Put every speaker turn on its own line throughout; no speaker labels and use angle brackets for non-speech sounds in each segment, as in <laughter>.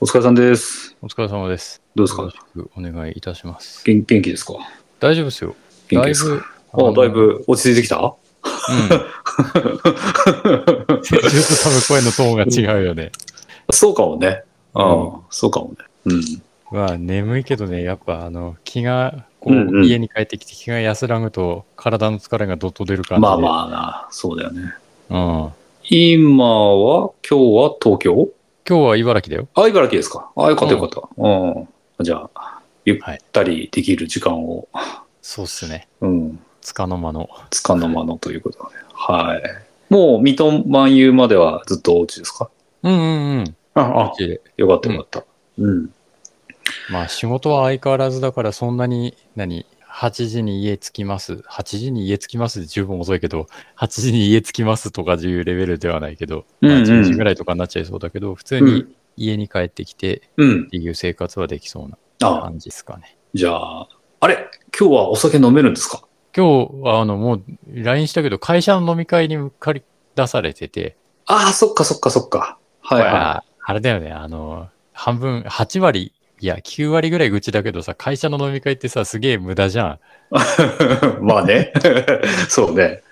お疲れさんです。
お疲れ様です。
どうですか
よろしくお願いいたします。
元元気ですか
大丈夫ですよ。
元気
だ
で
い
すか
ぶ、
あ
の
だい。ぶ落ち着いてきた
うん。 <laughs> 先週と多分声のトーンが違うよね。
そうかもね。うん、そうかもね。うん。
まあ、眠いけどね、やっぱ、あの、気が、こう、
うんうん
家に帰ってきて気が安らぐと、体の疲れがどっと出る感じで。
まあまあな、そうだよね。
あ。うん。
今は、今日は東京
今日は茨城だよ。
あ、茨城ですか。あ、よかったよかった。うん。じゃあ、ゆったりできる時間を、
そうっすね。
うん、
つかの間の。
つかの間のということで。はい。もう、水戸満遊まではずっとお家ですか
うんうんうん。
あ、あ
こっ、ちで
よかったよかった。うん。
まあ、仕事は相変わらずだから、そんなに、何 ?8 時に家着きます。8時に家着きますで十分遅いけど、8時に家着きますとかいうレベルではないけど、ま
う
あ、
んうん
10時ぐらいとかになっちゃいそうだけど、普通
う
に
ん。
家に帰ってきてっ
うん。
ていう生活はできそうな
あ、
感じですかね。
じゃあ、あれ今日はお酒飲めるんですか
今日は、あの、もう LINE したけど、会社の飲み会に向かり出されてて、
ああ、そっかそっかそっか。はいは
まああれだよね、あの、半分、8割、いや、9割ぐらい愚痴だけどさ、会社の飲み会ってさ、すげえ無駄じゃん。
い。 <laughs> まあね。そうね。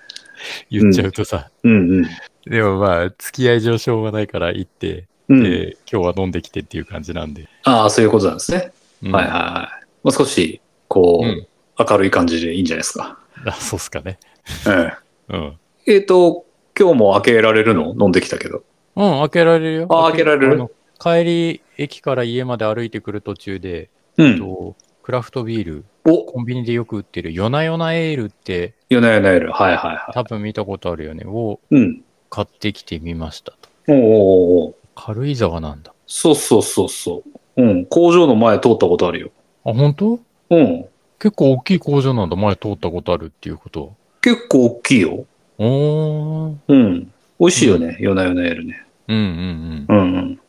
言っちゃうとさ、
うんうん。
でもまあ、付き合い上しょうがないから行って、
うん
で今日は飲んできてっていう感じなんで。
ああ、そういうことなんですね。
うん
はいはいはい。もう少し、こう、
うん
明るい感じでいいんじゃないですか。
あ <laughs> そうっすかね。
うん、
うん。
えっ、と、今日も開けられるの飲んできたけど。
うん、開けられるよ。
あ開けられる
あの帰り、駅から家まで歩いてくる途中で、
う
えっ
ん。
とクラフトビール、
お、
コンビニでよく売ってる、ヨナヨナエールって、
ヨナヨナエル。はいはいは
多分見たことあるよね、を
い。うん。
買ってきてみました
お
と。
うおうおう
軽井沢なんだ。
そうそうそうそう。うん。工場の前通ったことあるよ。
あ、本当？
うん。
結構大きい工場なんだ。前通ったことあるっていうことは。
結構大きいよ。
おー。
うん。美味しいよね。ヨナヨナエルね。
うんうん
うんうん。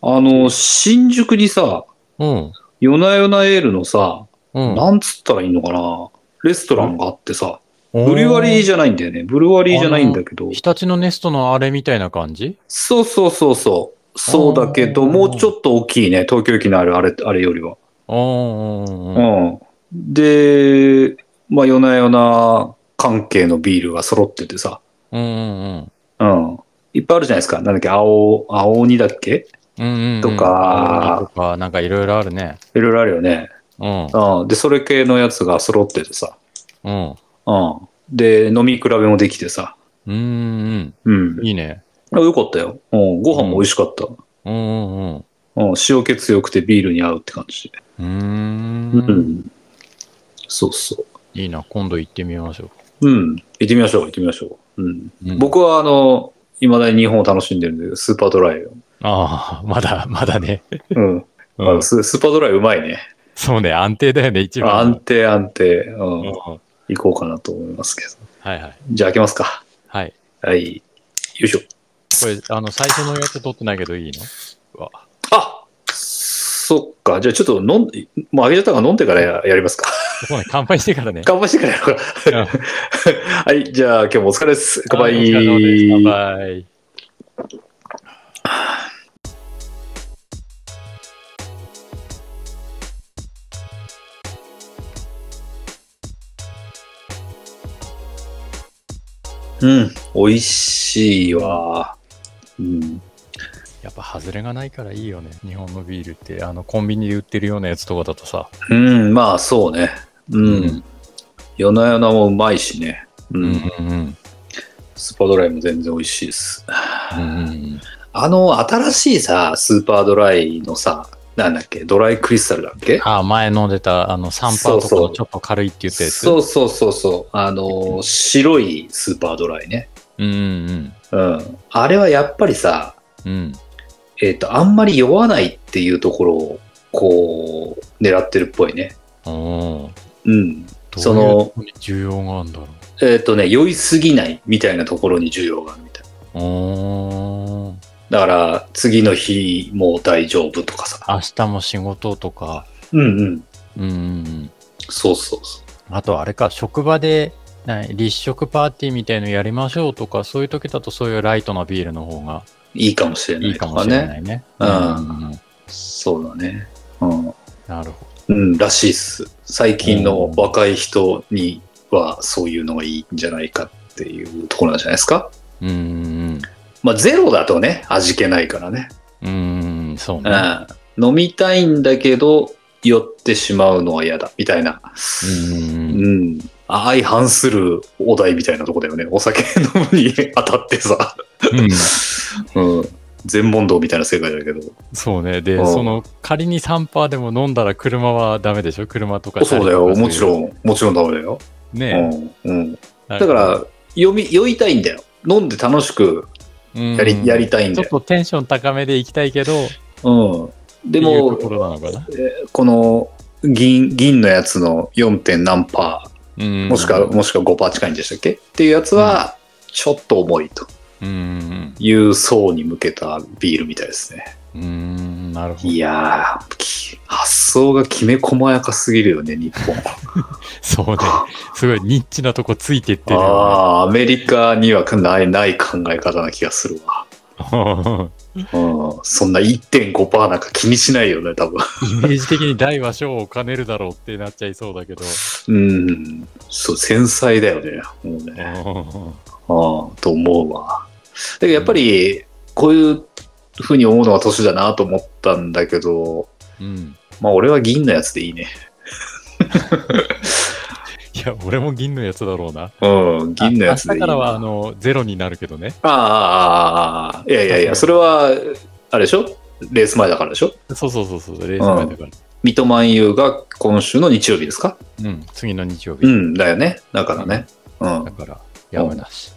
あの、新宿にさ、
うん。うん。
夜な夜なエールのさ、
うん。
なんつったらいいのかな、レストランがあってさ、ブ
ブ
ルワリーじゃないんだよね。ブルワリーじゃないんだけど、
日立のネストのあれみたいな感じ
そうそうそうそう。そうだけど、
あー
もうちょっと大きいね。東京駅のあるあれ、あれよりは。
ああ、
うん。で、まあ、夜な夜な関係のビールが揃っててさ、
うんうん
うん。いっぱいあるじゃないですか。なんだっけ、青、青鬼だっけ
うん。
とか
とか、なんかいろいろあるね。
いろいろあるよね。
うん。
うん。で、それ系のやつが揃っててさ、
うん。
うん。で、飲み比べもできてさ。
うん
うん
うん。。いいね。
あよかったよ。うん。ご飯も美味しかった。
うんうんうん。
うん。塩気強くてビールに合うって感じ。
うー
うん。
ん。
そうそ
いいな。今度行ってみましょ
う。うん。行ってみましょう、行ってみましょう。うん。
う。うん、
僕は、あの、未だに日本を楽しんでるんで、スーパードライを。
ああ、まだ、まだね。
うん。あのススーパードライうまいね。
そうね。安定だよね、一番。
安定安定。
う
うんん。
は
行こうかなと思いますけど。
いはい。
じゃあ開けますか。
はい。
はい。よいしょ。
これ、あの、最初のやつ取ってないけどいいの <laughs>
あそっか。じゃあちょっと飲ん、もう開けちゃったから飲んでからややりますか。 <laughs>
そうね。乾杯してからね。
乾杯してからやろうか。 <laughs> はい、じゃあ今日もお疲れです。乾
はいお
杯。
疲れ様です乾杯。
うん、美味しいわ。うん。
やっぱ外れがないからいいよね。日本のビールって、あの、コンビニで売ってるようなやつとかだとさ。
うん、まあそうね。う。
うん
夜な夜なもうまいしね。うん。
うんうん。
スーパードライも全然美味しいです。
うん
あの、新しいさ、スーパードライのさ、なんだっけ、ドライクリスタルだっけ
あ、前飲んでた、あの、サンパーとかのちょっと軽いって言ったやつ。
そうそうそうそう。あの、白いスーパードライね。
うんうん
うん。あれはやっぱりさ、
うん。うん。
えっ、と、あんまり酔わないっていうところを、こう、狙ってるっぽいね。
おー
うん。そ
どう
の
いうとこに需要があるんだろ。
えっ、とね、酔いすぎないみたいなところに需要があるみたいう
おー
な。だから、次の日も大丈夫とかさ。
明日も仕事とか。
うんうん。
うんうんうん。
そうそうそ
あと、あれか、職場で、な立食パーティーみたいのやりましょうとか、そういう時だとそういうライトなビールの方が
う。いいかもしれないい
いか
と
も
か
し
ね。
れないね。
うん
うんうんうん
そうだね。うん。
なるほ
う
ど。
ん、らしいっす。最近の若い人にはそういうのがいいんじゃないかっていうところなんじゃないですか。
うんうん
まあ、ゼロだとね、味気ないからね。
うん。うん、そうね。
うん。飲みたいんだけど、酔ってしまうのは嫌だ、みたいな。
うんうんうん。
うん。相反するお題みたいなとこだよね。お酒飲むに当たってさ。
うん
うん。全問答みたいな世界だけど。
<laughs> そうね。で
う、ん
その、仮に3%でも飲んだら車はダメでしょ車とかチャ
そう
リ
だ
と
よ。
か
もち
ん。
ろん。もちろんダメだよ。
ね
うん。うん。
だ
だから、読み、酔いたいんだよ。飲んで楽しくやり、やりたいん
ち
だ
ょっ
よ。
とテンション高めで行きたいけど、
うん。で
っていう
も
と、ころなのかな。
この銀、銀のやつの 4. 点何パ
うん
ー、もしくは、もしくは5パー近いんでしたっけっていうやつは、ちょっと重いと
うん
いう層に向けたビールみたいですね。
うんうん。うん、なるほど。
いやー、き発想がきめ細やかすぎるよね、日本。
そうね。 <laughs> すごいニッチなとこついてってるよ
ああー、アメリカにはない、ない考え方な気がするわ。
ね。
うん、そんな1.5%なんか気にしないよね、多分。
<laughs> イメージ的に大は小を兼ねるだろうってなっちゃいそうだけど。
うん、そう、繊細だよね。もうね。ああ、と思うわ。だけどやっぱり、こういうふうに思うのが年だなと思ったんだけど、
うん。
まあ俺は銀のやつでいいね。
いや、俺も銀のやつだろうな。
うん、銀のやつ
あ
でいい
明日から
な。
は、あの、ゼロになるけどね。
ああああああ、いやいやいや、それは、あれでしょレース前だからでしょ
そうそうそうそう、レース前だから。
水戸万有が今週の日曜日ですか
うん、次の日曜日。
うん、だよね。だからね。う
だ
ん。
から、やむなし。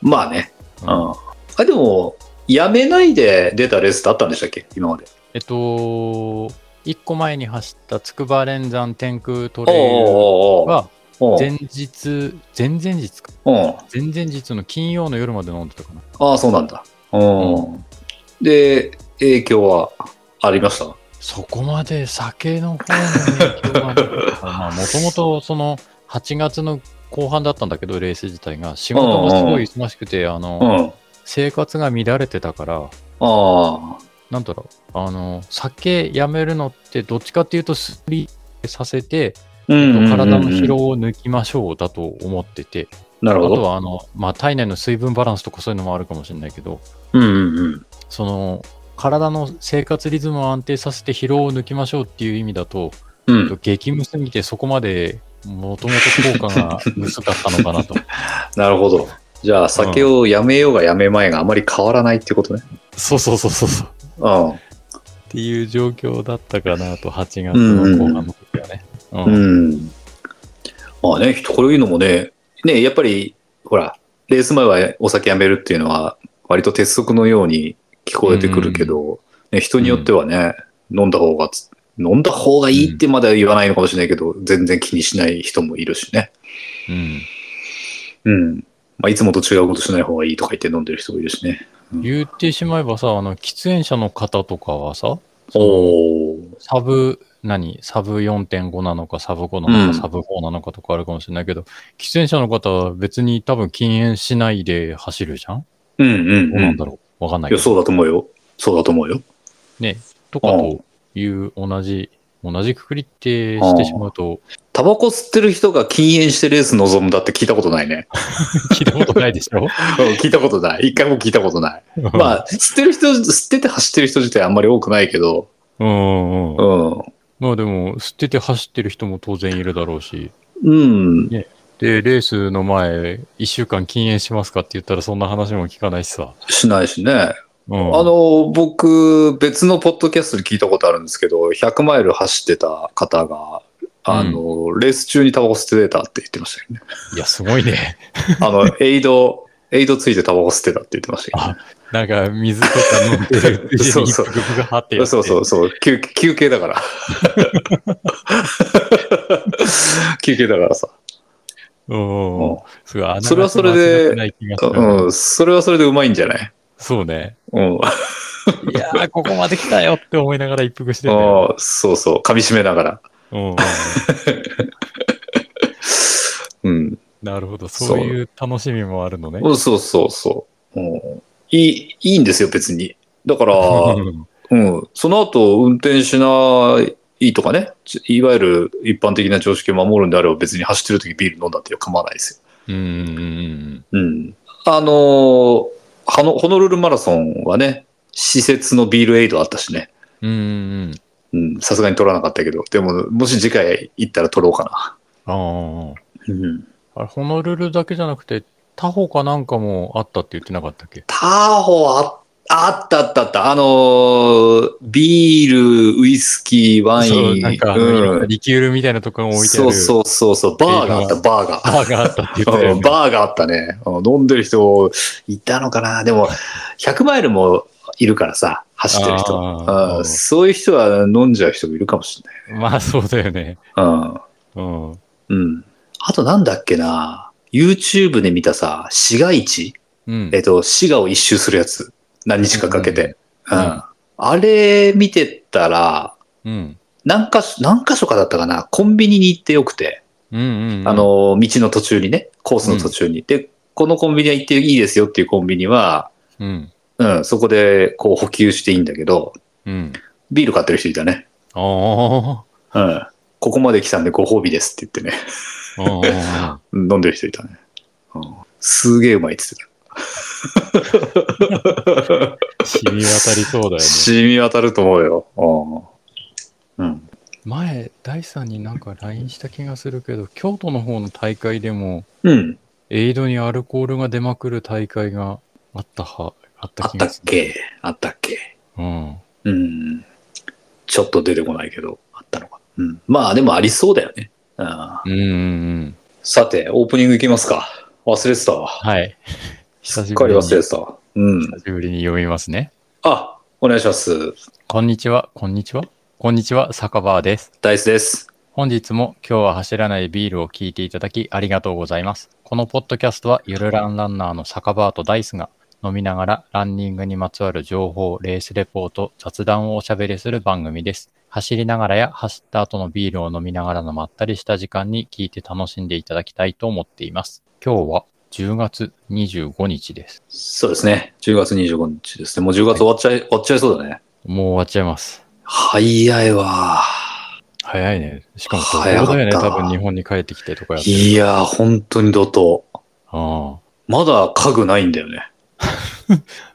まあね。うん。
うん
あ、でも、やめないで出たレースってあったんでしたっけ今まで。
えっと、一個前に走った筑波連山天空ト
お
レイル
お
は、
おお
前日、前々日か。
うん。
前々日の金曜の夜まで飲んでたかな。
ああ、そうなんだ。うん。で、影響はありました
そこまで酒の方の影響が出て
<laughs>
たかなまあ、もともとその8月の後半だったんだけど、レース自体が。仕事もすごい忙しくて、あ
う
の、
ん。あ
生活が乱れてたから、
あ。
なんだろう、あの、酒やめるのってどっちかっていうと、すりさせて、
うん
体の疲
うん
労を抜きましょうだと思ってて、
な
あ
るほ
と
ど。
はあの、まあ、体内の水分バランスとかそういうのもあるかもしれないけど、
うんうんうん。
その体の生活リズムを安定させて疲労を抜きましょうっていう意味だと、
うん。
激務すぎてそこまでもともと効果が薄かったのか
<laughs>
なと。
なるほど。じゃあ、酒をやめようがやめまいがあまり変わらないってことね。
そうそうそうそうそう。
う
っていう状況だったかなと、8月の後半の時はね。うん
ん。うん。まあね、こういうのもね、ね、やっぱり、ほら、レース前はお酒やめるっていうのは、割と鉄則のように聞こえてくるけど、ね、人によってはね、飲んだ方がつ、飲んだ方がいいってまでは言わないのかもしれないけど、全然気にしない人もいるしね。
うん
うん。まあ、いつもと違うことしない方がいいとか言って飲んでる人もいるしね。
言ってしまえばさ、あの、喫煙者の方とかはさ、
おお。
サブ、何サブ4.5なのか、サブ5なのか、
うん
サブ4なのかとかあるかもしれないけど、喫煙者の方は別に多分禁煙しないで走るじゃん
うんうん、
どう
う
なんんだ。ろうわかんな
い
いけ
や、
ど。
そうだと思うよ。そうだと思うよ。
ね。とかという同じ、同じくくりってしてしま
<laughs>
うと、
タバコ吸ってる人が禁煙してレース望むんだって聞いたことないね。
聞いたことないでしょ
うん聞いたことない。一回も聞いたことない。まあ、吸ってる人、吸ってて走ってる人自体あんまり多くないけど、
うんうん
う
うん。
ん。
まあでも、吸ってて走ってる人も当然いるだろうし、
うん。
で、レースの前、一週間禁煙しますかって言ったらそんな話も聞かないしさ。
しないしね。
うん。
あの、僕、別のポッドキャストで聞いたことあるんですけど、100マイル走ってた方が、あの、レース中にタバコ吸ってたって言ってましたよね。
いや、すごいね。
あの、エイド、 <laughs> エイドついてタバコ吸ってたって言ってましたけど
あなんか、水とか飲んでるうち
そ
に
う
一
そう
服がはってやって。
そうそうそう休休憩だから
<laughs>
休憩だからさ、
うんうんうん。すごい、
それはそれで
穴が開いてない気がする
うん、それはそれでうまいんじゃない、
そうね。
うん、あ
いやー、ここまで来たよって思いながら一服してたよ。
ーそうそう噛み締めながら
うんうん。
うん
なるほど。そういう楽しみもあるのね。 <laughs>
そうそうそう、うん、いいいいんですよ別にだから
うん
うん、その後運転しないとかね、ちいわゆる一般的な常識を守るんであれば別に走ってる時ビール飲んだって構わないです
うんうんうん
よ。うん。あのーハノ、ホノルルマラソンはね、施設のビールエイドあったしね。
うん。うんうんうん。
うん、さすがに取らなかったけど、でも、もし次回行ったら取ろうか
あ
な。うん。
あ。あれ、ホノルルだけじゃなくて、他方かなんかもあったって言ってなかったっけ
タホあ、あったあったあった。あのービール、ウイスキー、ワイン。
そう、なんか、あのいろん
う。
なんリキュールみたいなところに置いてあ
そ
る。
うそうそうそう、バーがあった、バーが。
バーがあったって言ってたよ
うん
ね
バーがあったね。うん飲んでる人いたのかな。でも、100マイルもいるからさ、走ってる人。
あー
うんそういう人は飲んじゃう人もいるかもしれ
<laughs> まあ、そうだよね。
ない。
うん。うん
うん。うん。あとなんだっけな。YouTube で見たさ、市街地。えっと、滋賀を一周するやつ。何日かかけて。う
うん
ん。あれ見てたら、
うん。
何か所、何か所かだったかな。コンビニに行ってよくて。
うんうんうん。
あの、道の途中にね、コースの途中に。で、このコンビニは行っていいですよっていうコンビニは、
うん。
うん、そこでこう補給していいんだけど、
うん。
ビール買ってる人いたね。
ああ。
うん。ここまで来たんでご褒美ですって言ってね。
あ
うん飲んでる人いたね。うん、すげえうまいって言ってた。
あ。染み渡りそうだよね。
染み渡ると思うよ。うん。うん。
前、大さんになんか LINE した気がするけど、京都の方の大会でも、
うん。
エイドにアルコールが出まくる大会があったは、あった
あっ
気
た
が
っ
する。
けあったっけ
うん。
うん。ちょっと出てこないけど、あったのか。うん。まあでもありそうだよね。うん
うんうんうん。
さて、オープニングいきますか。忘れてたわ。
はい。
<laughs> す
久
っ
し
か
ぶ
り
りに
忘れてたわ。うん。
久しぶりに読みますね。
あ、お願いします。
こんにちは、こんにちは。こんにちは、酒場です。
ダイスです。
本日も今日は走らないビールを聞いていただきありがとうございます。このポッドキャストはゆるランランナーの酒場とダイスが飲みながらランニングにまつわる情報、レースレポート、雑談をおしゃべりする番組です。走りながらや走った後のビールを飲みながらのまったりした時間に聞いて楽しんでいただきたいと思っています。今日は10月25日です。
そうですね。10月25日ですね。もう10月終わっちゃい、終わっちゃいそうだね。
もう終わっちゃいます。
早いわ。
早いね。しかもこ
早かった
だよね。多分日本に帰ってきてとかやってる。
いやー、本当に怒涛。
あ
まだ家具ないんだよ
<laughs>
ね。
あ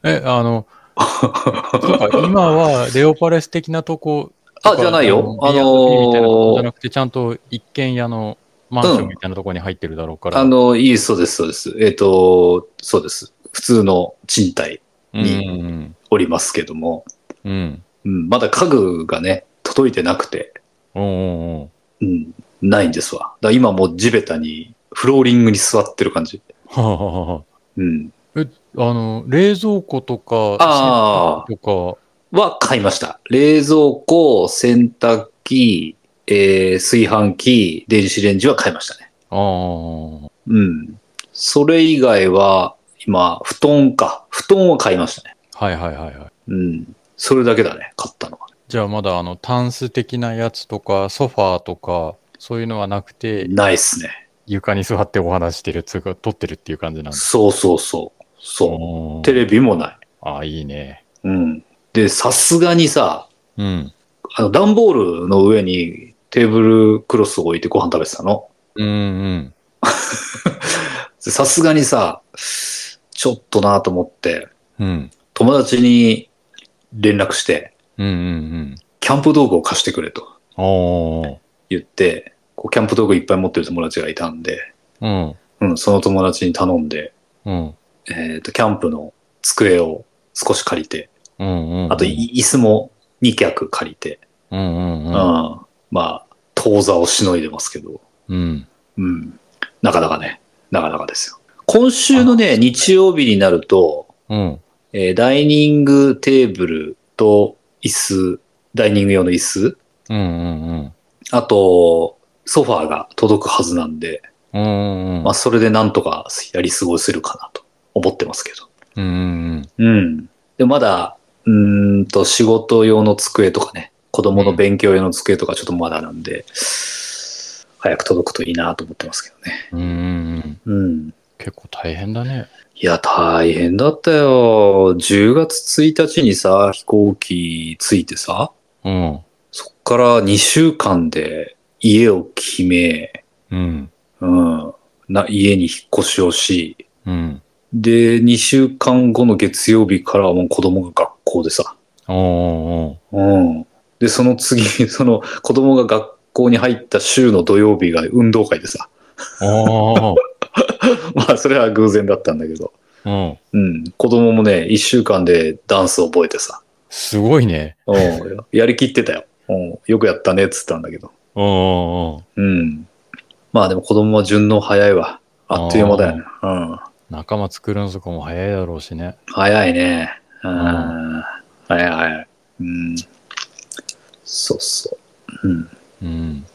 え、あの、そうか今はレオパレス的なとこ。
あ、じゃないよ。あの
B&B みたいなとこじゃ
ー
なくて、ちゃんと一軒家のマンションみたいなとこに入ってるだろうから。
あの、いい、そうです、そうです。えっ、と、そうです。普通の賃貸
うんうん
おりますけども、
うん。うん。
うん、まだ家具がね、届いてなくて、
おうんうん。
うん、ないんですわ。だから今もう地べたに、フローリングに座ってる感じ。
はあは <laughs> あは
うん。
ああの、冷蔵庫とか、
あ
洗濯機と
は買いました。冷蔵庫、洗濯機、えー炊飯器、電子レンジは買いましたね。
か、ああ。
うん。それ以外は、今、布団か。布団を買いましたね。
はいはいはいはい。
うん。それだけだね、買ったのは。
じゃあまだあの、タンス的なやつとか、ソファーとか、そういうのはなくて、
ないっすね。
床に座ってお話してる、つうか、撮ってるっていう感じなんです。
そうそうそう。そ
お
う。
ー
テレビもない。
ああ、いいね。
うん。で、さすがにさ、
うん。
あの、段ボールの上にテーブルクロスを置いてご飯食べてたの。
うんうん。
でさすがにさ、ちょっとなと思って、
うん。
友達に連絡して、
うんうん
キャンプ道具を貸してくれと
うん。おー。
言って、こうキャンプ道具いっぱい持ってる友達がいたんで、
うん。
うん、その友達に頼んで、
うん。
えっ、と、キャンプの机を少し借りて、
うんうん。
あとい、椅子も2脚借りて、
うんうん
うん、
うん。
まあ、当座をしのいでますけど、
うん。
うん、なかなかね、なかなかですよ。今週のね、日曜日になると、
うん。
えーダイニングテーブルと椅子、ダイニング用の椅子、
うんうんうん。
あと、ソファーが届くはずなんで、
うんうんうん。
まあ、それでなんとかやり過ごせるかなと思ってますけど。
うんうん
うん。で、まだ、うーんと、仕事用の机とかね、子供の勉強用の机とかちょっとまだなんで、早く届くといいなと思ってますけどね。
うん。うんうんう
う
ん。
ん。
結構大変だね。
いや、大変だったよ。10月1日にさ、飛行機着いてさ、
うん。
そっから2週間で家を決め、
うん。
うん、な家に引っ越しをし、
うん。
で、2週間後の月曜日からはもう子供が学校でさ。
おーおー
うん。で、その次、 <laughs> その子供が学校に入った週の土曜日が運動会でさ。 <laughs>
おー。お
まあ、それは偶然だったんだけど。
ー。うん。
うん。子供もね、1週間でダンス覚えてさ。
すごいね。
うん。 <laughs> やりきってたよ。うん。よくやったね、っつったんだけど。
おーおーおー。
うん。まあ、でも子供は順応早いわ。あっという間だよね。うん。
仲間作るのとかも早いだろうしね。
早いね。うん。
う
早い早い。うん。そうそう。うん。
うん。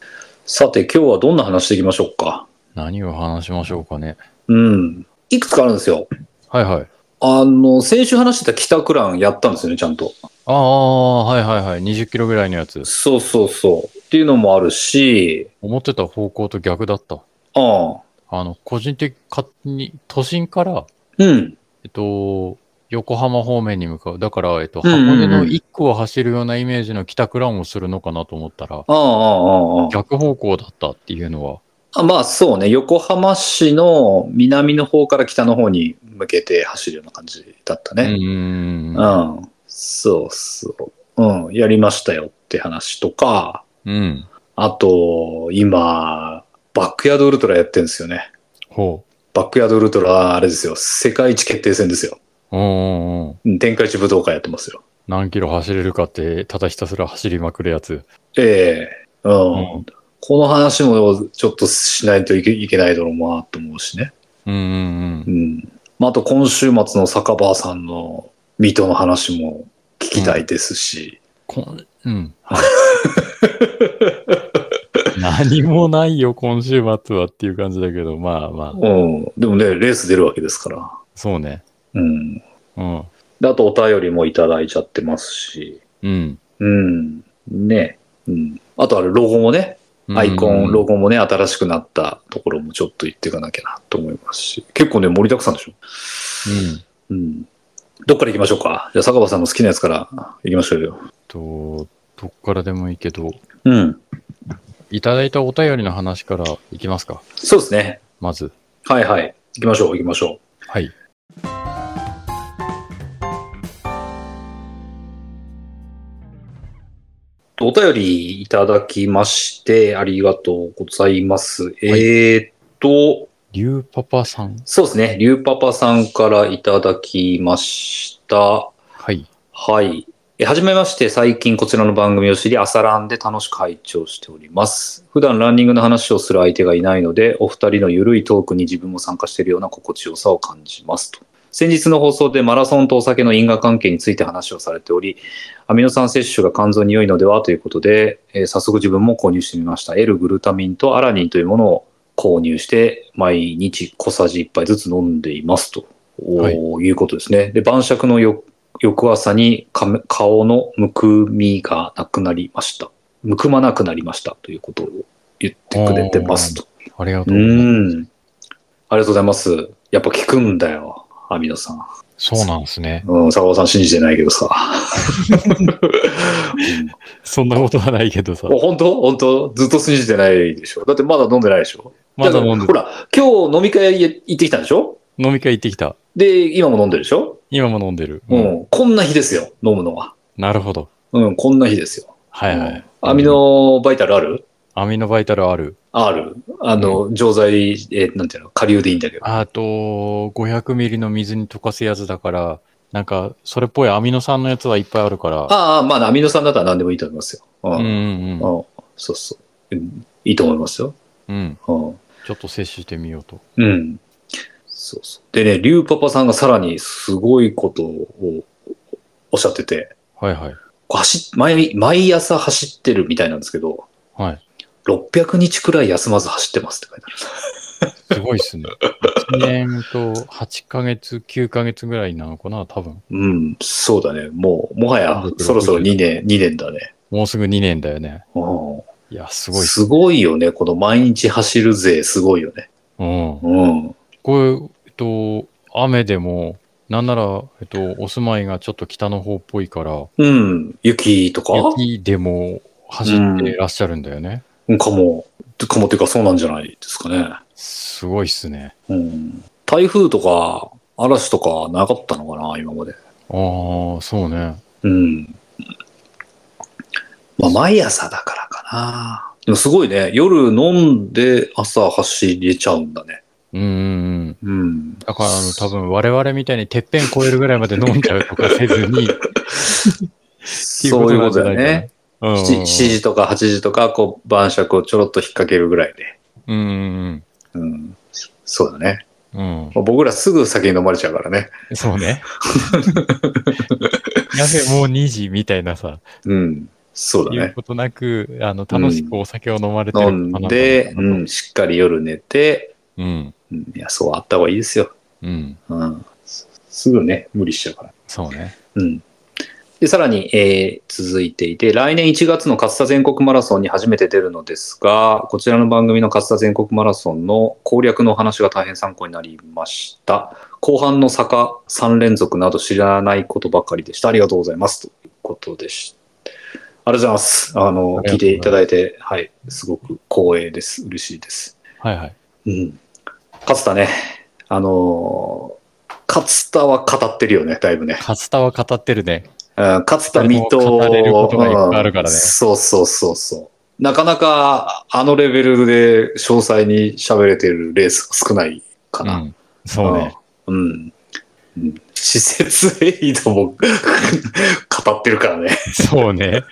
さて、今日はどんな話していきましょうか。
何を話しましょうかね。
うん。いくつかあるんですよ。
はいはい。
あの、先週話してた帰宅欄やったんですよね、ちゃんと。
ああ、はいはいはい。20キロぐらいのやつ。
そうそうそう。っていうのもあるし、
思ってた方向と逆だった。
ああ。
あの、個人的に、都心から、
うん。
えっと、横浜方面に向かう。だから、えっと、
うんうんうん
箱根の一区を走るようなイメージの帰宅ランをするのかなと思ったら、
ああ、ああ、あ
逆方向だったっていうのは。
あ。まあそうね、横浜市の南の方から北の方に向けて走るような感じだった
う
ね。
んうん
うん。そうそう。うん。やりましたよって話とか、
うん。うん。
あと、今、バックヤードウルトラやってるんですよね。
ほう。
バックヤードウルトラ、あれですよ。世界一決定戦ですよ。
うんうんうん。
うん天下一武道会やってますよ。
何キロ走れるかって、ただひたすら走りまくるやつ。
ええ
う
うん。。この話もちょっとしないといけいけないだろうなと思うしね。
うんう
う
んうん。
ん。まあ、あと今週末の酒場さんの水戸の話も聞きたいですし。
こん、うん。はい、 <laughs> 何もないよ、今週末はっていう感じだけど、まあまあ、
うん。でもね、レース出るわけですから。
そうね。
うん。
うん。
で、あとお便りもいただいちゃってますし。
うん。
うん。ね。うん。あとあれ、ロゴもね、アイコン、ロゴもね、新しくなったところもちょっと言っていかなきゃなと思いますし。結構ね、盛りだくさんでしょ。
うん。
うん。どっから行きましょうか。じゃあ、坂場さんの好きなやつから行きましょうよ。
と、どっからでもいいけど、
うん。
いただいたお便りの話からいきますか。
そうですね。
まず。
はいはい。行きましょう、行きましょ
はい。
う。お便りいただきまして、ありがとうございます。えーっと、
リュウパパさん。
そうですね。リュウパパさんからいただきました。
はい。
はい。えはじめまして、最近こちらの番組を知り、朝ランで楽しく拝聴しております。普段ランニングの話をする相手がいないので、お二人のゆるいトークに自分も参加しているような心地よさを感じますと。先日の放送でマラソンとお酒の因果関係について話をされており、アミノ酸摂取が肝臓に良いのではということで、えー早速自分も購入してみました。L グルタミンとアラニンというものを購入して、毎日小さじ1杯ずつ飲んでいますと、
はい
おーいうことですね。で、晩酌の翌翌朝にかめ顔のむくみがなくなりました。むくまなくなりましたということを言ってくれてますと。
ありが
う
とうございます。
ん。ありがとうございます。やっぱ聞くんだよ、アミノさん。
そうなんですね。
うん、坂尾さん信じてないけどさ。
そんなことはないけどさ
もう。本当本当ずっと信じてないでしょ。だってまだ飲んでないでしょ。
まだ飲んで
ほら、今日飲み会行ってきたでしょ
飲み会行ってきた。
で、今も飲んでるでしょ、
今も飲んでる。
うん、。こんな日ですよ、飲むのは。
なるほど。
うん、こんな日ですよ。
はいは
うん
い。
アミノバイタルある
アミノバイタルある。
ある。あの、錠剤、えーなんていうの、下流でいいんだけど。
あと、500ミリの水に溶かすやつだから、なんか、それっぽいアミノ酸のやつはいっぱいあるから。
ああ、まあ、アミノ酸だったら何でもいいと思いますよ。う
うん
ん。
うんうん。
うんそうそう。うんいいと思いますよ。
うん。
うん。
ちょっと摂取してみようと。
うん。そうそう。でね、リュウパパさんがさらにすごいことをおっしゃってて、
はいはい。
走っ毎毎朝走ってるみたいなんですけど、
はい。
600日くらい休まず走ってますって書いてある。
すごいっすね。1年と8ヶ月、9ヶ月ぐらいなのかな、多分。
うん、そうだね。もう、もはや
360
そろそろ2年、2年だね。
もうすぐ2年だよね。
うん。
いや、すごいっす。
すごいよね。この毎日走る勢、すごいよね。
うん。
うん。
こと、雨でも、なんなら、えっと、お住まいがちょっと北の方っぽいから、
うん。雪とか
雪でも走ってらっしゃるんだよね。
うんかも。かもっていうかそうなんじゃないですかね。
すごいっすね。
うん。台風とか嵐とかなかったのかな、今まで。
ああ、そうね。
うん。まあ、毎朝だからかな。でもすごいね。夜飲んで朝走れちゃうんだね。
うんうんうん。
うん。
だから、あの、多分我々みたいにてっぺん越えるぐらいまで飲んじゃうとかせずに、って
そういうことだよね。
うんうんうん。
7, 時とか8時とか、こう、晩酌をちょろっと引っ掛けるぐらいで。
うんうん
うん。そうだね。
うん。うん。
まあ僕らすぐ酒に飲まれちゃうからね。
そうね。 <laughs> やべ、もう2時みたいなさ、
うん。そうだ
いう
ね。
ことなく、あの、楽しくお酒を飲まれてる
飲
方
ん
々
で、うん、しっかり夜寝て、
うん。
うん、いや、そうあった方がいいですよ。
うん。
うん。すすぐね、無理しちゃうから。
そうね。
うん。で、さらに、えー続いていて、来年1月の勝田全国マラソンに初めて出るのですが、こちらの番組の勝田全国マラソンの攻略のお話が大変参考になりました。後半の坂3連続など知らないことばかりでした。ありがとうございます。ということでした。ありがとうございます。あの、
ありがとうございます
聞いていただいて、はい、すごく光栄です。嬉しいです。
はいはい。
うん。勝田ね、あのー勝田は語ってるよね、だいぶね。
勝田は語ってるね。
うん、勝田水戸
語れることがいっぱいあるからね
うんそうそうそうそう。なかなかあのレベルで詳細に喋れてるレースが少ないか
う
な。
ん。そうね。
うん。うん。うん施設エイドも <laughs> 語ってるからね。
そうね。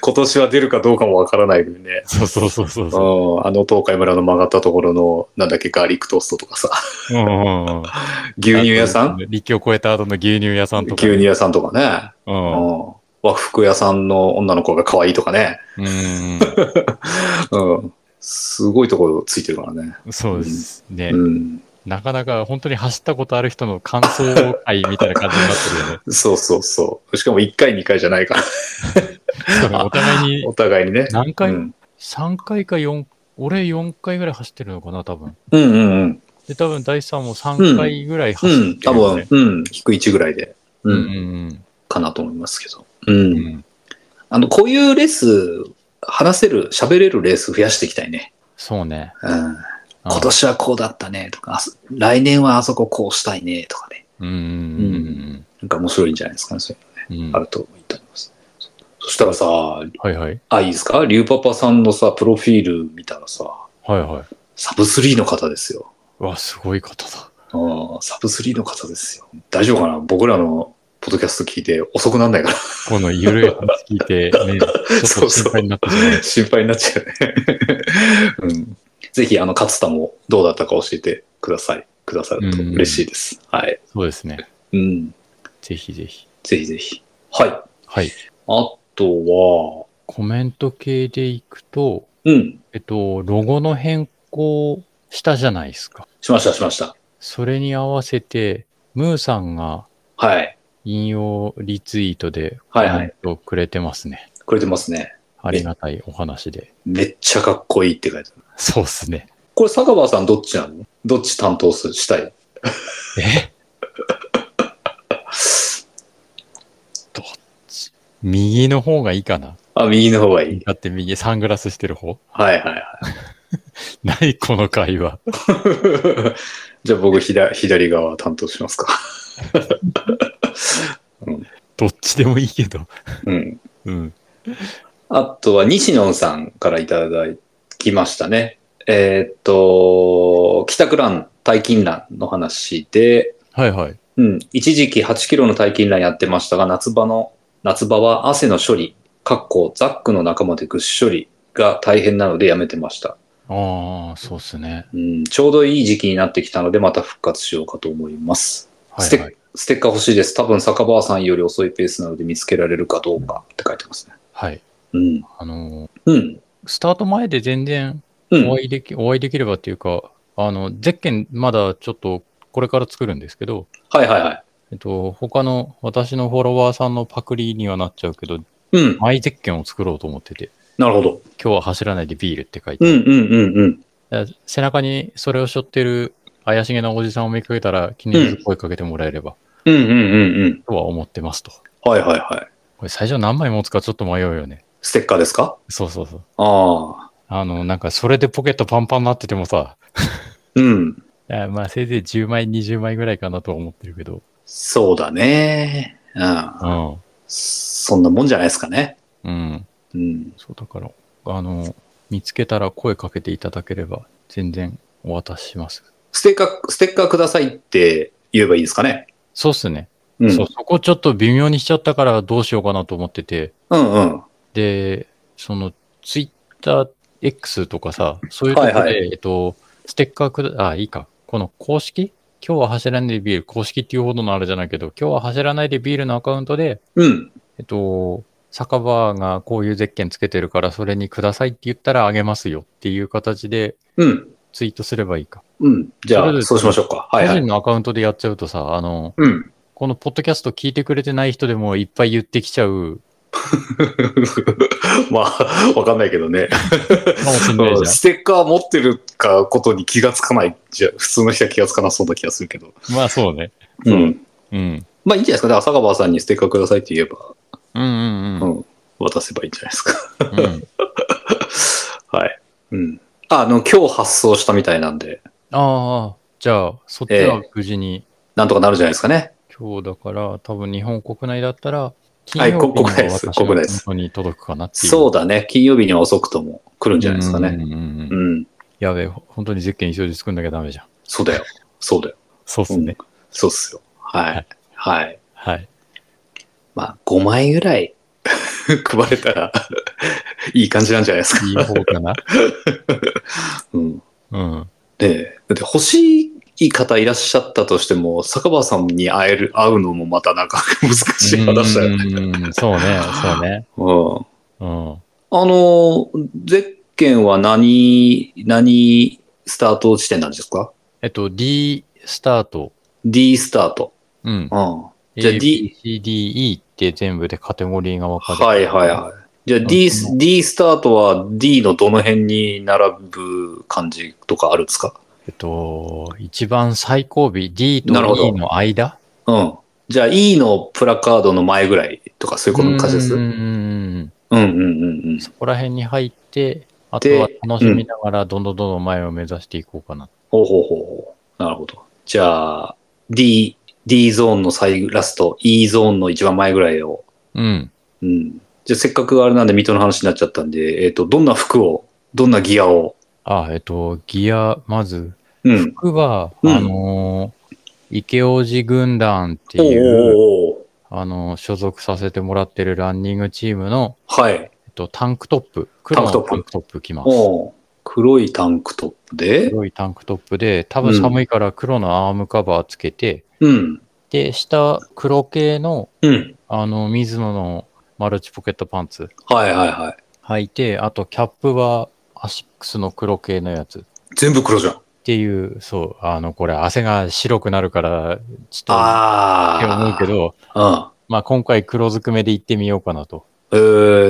今年は出るかどうかもわからないのにね。
そうそうそうそう
う
そ
ん、あの東海村の曲がったところの、なんだっけ、ガーリックトーストとかさ、
う。うんうんうん。
牛乳屋さん
立教を超えた後の牛乳屋さんとか。
牛乳屋さんとかね、
うん。
うん和服屋さんの女の子が可愛いとかね、
うん。
うん、すごいところついてるからね。
そうですね。
うん、
なかなか本当に走ったことある人の感想会みたいな感じになってるよね
そうそうそう。しかも1回2回じゃないから、<laughs>
そうね。お互いに
お互いにね。
何
う
回、
ん、
3回か4、俺4回ぐらい走ってるのかな、多分。
うんうんうん。
で、多分大地さんも3回ぐらい走
う
っ
ん、
てる
多
よ
分
ね。、
うん、低い1ぐらいで、うん、
うん
かなと思いますけど。うん。
うんうん。
あの、こういうレース、話せる、喋れるレース増やしていきたいね。
そうね。
うん。
あ
今年はこうだったねとか、あそ来年はあそここうしたいねとかね。
うんうん
なんか面白いんじゃないですかね、そういうの
うんうん。
あると思っております。そしたらさ、
はいはい。
あ、いいですかリュウパパさんのさ、プロフィール見たらさ、
はいはい。
サブ3の方ですよ。
うわ、すごい方だ。
うんサブ3の方ですよ。大丈夫かな僕らのポッドキャスト聞いて遅くなんないか
このゆるい話聞いて、
<laughs>
ね、ちょっと心配になってしまう
ら心配になっ <laughs> ちゃうね。 <laughs> うん、ぜひ、あの、勝田もどうだったか教えてください。くださると嬉しいです。はい。
そうですね。
うん。
ぜひぜひ。
ぜひぜひ。はい。あ
はい。
とは、
コメント系でいくと、
うん。
えっと、ロゴの変更したじゃないですか。
しました、しました。
それに合わせて、ムーさんが
はい。
引用リツイートでコ
は
メ
いはい
ントをくれてますね。
くれてますね。
ありがたいお話で。
めっちゃかっこいいって書いてある。
そうっすね。
これ、坂場さんどっちなのどっち担当すしたい
え <laughs> どっち右の方がいいかな
あ、右の方がいい。
だって右サングラスしてる方
はいはいは
ないこの会話。
い。 <laughs> じゃあ僕左、左側担当しますか。
どっちでもいいけど。
<laughs> うん。
うん。
あとは、西野さんからいただきましたね。えーっと、帰宅欄、退勤欄の話で、
はいはい。
うん、一時期8キロの退勤欄やってましたが、夏場の、夏場は汗の処理、かっこザックの仲間でぐっしょりが大変なのでやめてました。
ああ、そうっすね。
うん、ちょうどいい時期になってきたので、また復活しようかと思います。
は
ステ
い、はい
ッ。ステッカー欲しいです。多分、坂場さんより遅いペースなので見つけられるかどうかって書いてますね。
はい。
うん。
あの
うん。
ースタート前で全然
う
お
ん。
会いでき、お会いできればっていうか、あの、ゼッケンまだちょっとこれから作るんですけど、
はいはいはい。
えっと、他の私のフォロワーさんのパクリにはなっちゃうけど、
うん。
マイゼッケンを作ろうと思ってて、
なるほど。
今日は走らないでビールって書いて、
うんうんうんうん。
だから背中にそれを背負ってる怪しげなおじさんを見かけたら、気に入る声かけてもらえれば、
うんうんうんうん。
とは思ってますと。
はいはいはい。
これ最初何枚持つかちょっと迷うよね。
ステッカーですか
そうそうそう。
ああ。
あの、なんかそれでポケットパンパンになっててもさ、
うん。
いやまあせいぜい10枚、20枚ぐらいかなとは思ってるけど、
そうだね。うん。
うん。
そんなもんじゃないですかね。
うん。
うん。
そうだから、あの、見つけたら声かけていただければ、全然お渡しします。
ステッカー、ステッカーくださいって言えばいいですかね。
そうっすね。
うん。
そう、そこちょっと微妙にしちゃったからどうしようかなと思ってて、
うんうん。
で、その、ツイッター X とかさ、そういうとこで、
はいは
えっと、ステッカーくだ、あ、いいか。この公式今日は走らないでビール、公式っていうほどのあれじゃないけど、今日は走らないでビールのアカウントで、
うん。
えっと、酒場がこういうゼッケンつけてるから、それにくださいって言ったらあげますよっていう形で
うん。
ツイートすればいいか。
うん。じゃ
それ
あ、
ぞれ
そうしましょうか。はいは
個
い。
人のアカウントでやっちゃうとさ、あの、
うん。 <laughs>
このポッドキャスト聞いてくれてない人でもいっぱい言ってきちゃう
まあ、わかんないけどね。
かもしれないじゃん。
ステッカー持ってるかことに気がつかない。じゃ普通の人は気がつかなそうな気がするけど。
まあそうね。
うん。
うん。
まあいいんじゃないですかね。朝川さんにステッカーくださいって言えば、
うんうんうん。
渡せばいいんじゃないですか。 <laughs>
うん、
はい。うん。あ、あの、今日発送したみたいなんで、
ああ、じゃあ、そっちは無事に、
なんとかなるじゃないですかね。
今日だから、多分日本国内だったら、金
はい
曜日に
こ国内
は
です
私の
国内
本
です
当に届くかなっていう。
そうだね。金曜日には遅くとも来るんじゃないですか
うん
ね。
うんうんうん
うん。
やべえ、ほ本当にゼッケン急いで作んなきゃダメじゃん。
そうだよ。そうだよ。
そうっすね。
そうっすよ。は
はい
い。はい。
はい。
まあ、5枚ぐらい <laughs> 配れたら <laughs> いい感じなんじゃないですか。
いい方
<laughs>
かな。
うん。
うん。
ねえ、だって欲しい方いらっしゃったとしても、坂場さんに会える、会うのもまたなんか難しい話だよね。
うんそうね、そうね。
うん。
うん。
あの、ゼッケンは何、何スタート地点なんですか
えっと、D スタート。
?D スタート。
うん
う。ん。じゃあ
A, B,
D
C, D, E って全部でカテゴリーが分かれて
はいはいはい。じゃあ D
う、
D スタートは D のどの辺に並ぶ感じとかあるんですか
えっと、一番最後尾、D と
なるほど
E の間
うん。じゃあ E のプラカードの前ぐらいとかそういうことの感じです
う
うんん
うんうんうん。
うんうんうん。
そこら辺に入って、あと
で
は楽しみながら、どんどんどんどん前を目指していこうかな。
ほうほうほうほう。なるほど。じゃあ、D、D ゾーンの最ラスト、E ゾーンの一番前ぐらいを。
うん。
うん。じゃあ、せっかくあれなんで、水戸の話になっちゃったんで、えっ、と、どんな服を、どんなギアを。
あ、えっと、ギア、まず、
うん。
僕は、
うん
あのー池王子軍団って
おうお
いう、
うおう
あのー所属させてもらってるランニングチームの、
はい。
えっと、タンクトップ、黒の
タンクトップ
タンクトップ着ます。
おう黒いタンクトップで、
黒いタンクトップで、多分寒いから黒のアームカバーつけて、
うん。
で、下、黒系の、
うん。
あの、ミズノのマルチポケットパンツ
はいはいはい。
履いて、あと、キャップはアシックスの黒系のやつっ
全部黒じゃん。
ていう、そう、あの、これ、汗が白くなるから、ちょっと、って思
あ
うけど、
あ。
まあ、今回黒ずくめで行ってみようかなと。
うん。え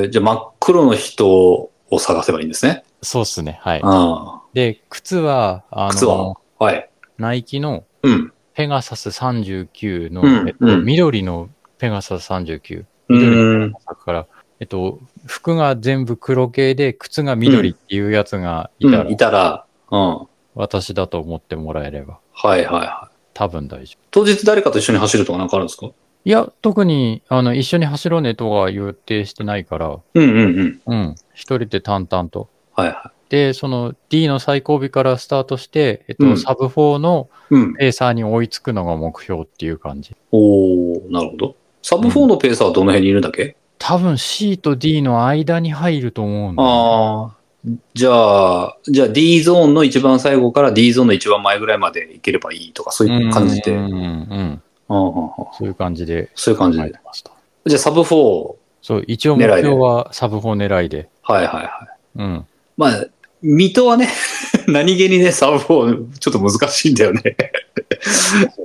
ー、じゃあ、真っ黒の人を探せばいいんですね。
そうっすね、はい。
あ
で、靴は、あ
あ。靴は
の、
はい。
ナイキの
うん。
ペガサス39の、
うん
えっと
うん
緑のペガサス39。
うん。
だから、えっと、服が全部黒系で、靴が緑っていうやつがいたら、
うんいたら、うん。
私だと思ってもらえれば、
はいはいはい。
多分大丈夫。
当日誰かと一緒に走るとかなんかあるんですか
いや、特に、あの、一緒に走ろうねとは予定してないから、
うんうんうん。
うん、一人で淡々と。
はいは
で、その D の最後尾からスタートして、えっと、
うん
サブ4の
い。うん。
ペーサーに追いつくのが目標っていう感じ。
おー、なるほど。サブ4のペーサーはどの辺にいるんだっけ、
多分 C と D の間に入ると思うんだよ
あ
ね。
あ。じゃあ、じゃあ D ゾーンの一番最後から D ゾーンの一番前ぐらいまで行ければいいとか、そういう感じで。
う
うんん
うんうん。
うんうん
そういう感じで
そういう
考
感じ
え
で。
てました。
じゃあサブ4、
そう、一応目標はサブ4狙いで。
はいはいはい。
うん。
まあ、水戸はね、 <laughs> 何気にね、サブ4、ちょっと難しいんだよね。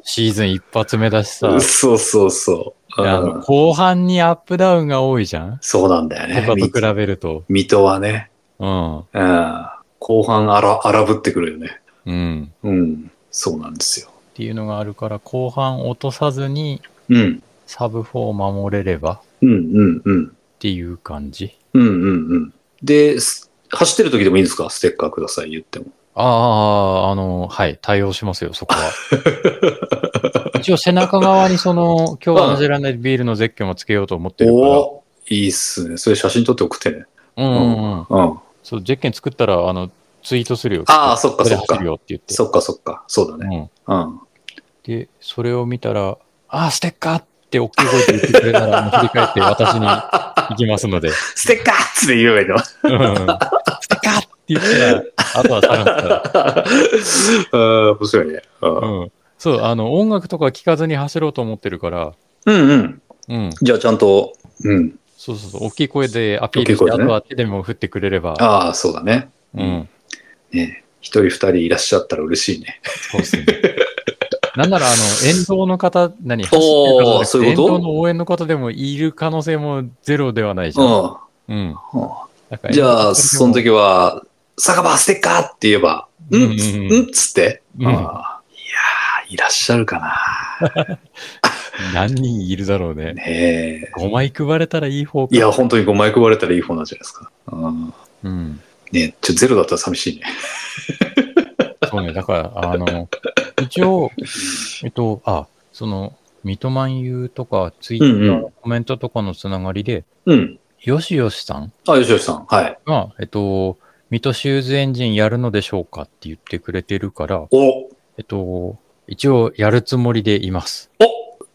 シーズン一発目だしさ、
そうそうそう。
あ
う
の
ん、
後半にアップダウンが多いじゃん
そうなんだよね。
他と比べると。
水戸はね。
うん。
うん後半荒、荒ぶってくるよね。
うん。
うん。そうなんですよ。
ていうのがあるから、後半落とさずに
うん。
サブ4を守れればっ
うんうんうん。
ていう感じ。
うんうんうん。で、す走ってる時でもいいんですかステッカーください、言っても。
ああ、あの、はい、対応しますよ、そこは。 <laughs> 一応背中側にその、今日はアンジェラナイビールの絶叫もつけようと思ってるから。
おいいっすね。それ写真撮って送ってね。
うんうんうん。
うん。
そう、ゼッケン作ったら、あの、ツイートするよ。
ああ、そっか
これ
そっ
走
か
る。よって言って。
そっかそっか。そうだね。
うん。
うん。
で、それを見たら、ああ、ステッカーって大きい声で言ってくれたら、もう振り返って私に行きますので。
ステッカーっつって言えばいいの。
うんステッカーって言ったら、あとは探すから。
あ <laughs> あ、面白いね。うん
うん。そう、あの、音楽とか聞かずに走ろうと思ってるから、
うんうん。
うん。
じゃあちゃんと、うん。
そうそうそう、大きい声でアピール
大
し
きい
て、
声
あ
でね
とは手でも振ってくれれば、
ああ、そうだね。
うん。
ね一人二人いらっしゃったら嬉しいね。
そうっすね。なんなら、あの、沿道の方、何、走ってる方
お
じゃ
ー
なくて
そういうこと
沿道の応援の方でもいる可能性もゼロではないじゃん。
うん。
うん。だから
じゃあ、その時は、酒場ステッカーって言えば、ん
うんうんうん
んっつって。
うん
ああいやー、いらっしゃるかな。
何人いるだろうね。
ね
5枚配れたらいい方
え。
か。
いや、本当に5枚配れたらいい方なんじゃないですか。うん、
うん。
ねえちょ、ゼロだったら寂しいね。
そうね。だから、あ <laughs> の、一応、えっと、あ、その、ミトマンユーとか、ツイッター
うんう
のコメントとかのつながりで、
うん。
よしよしさん
あ、よしよしさん。はい。
が、えっと、ミトシューズエンジンやるのでしょうかって言ってくれてるから、
お、お、
えっと、一応やるつもりでいます。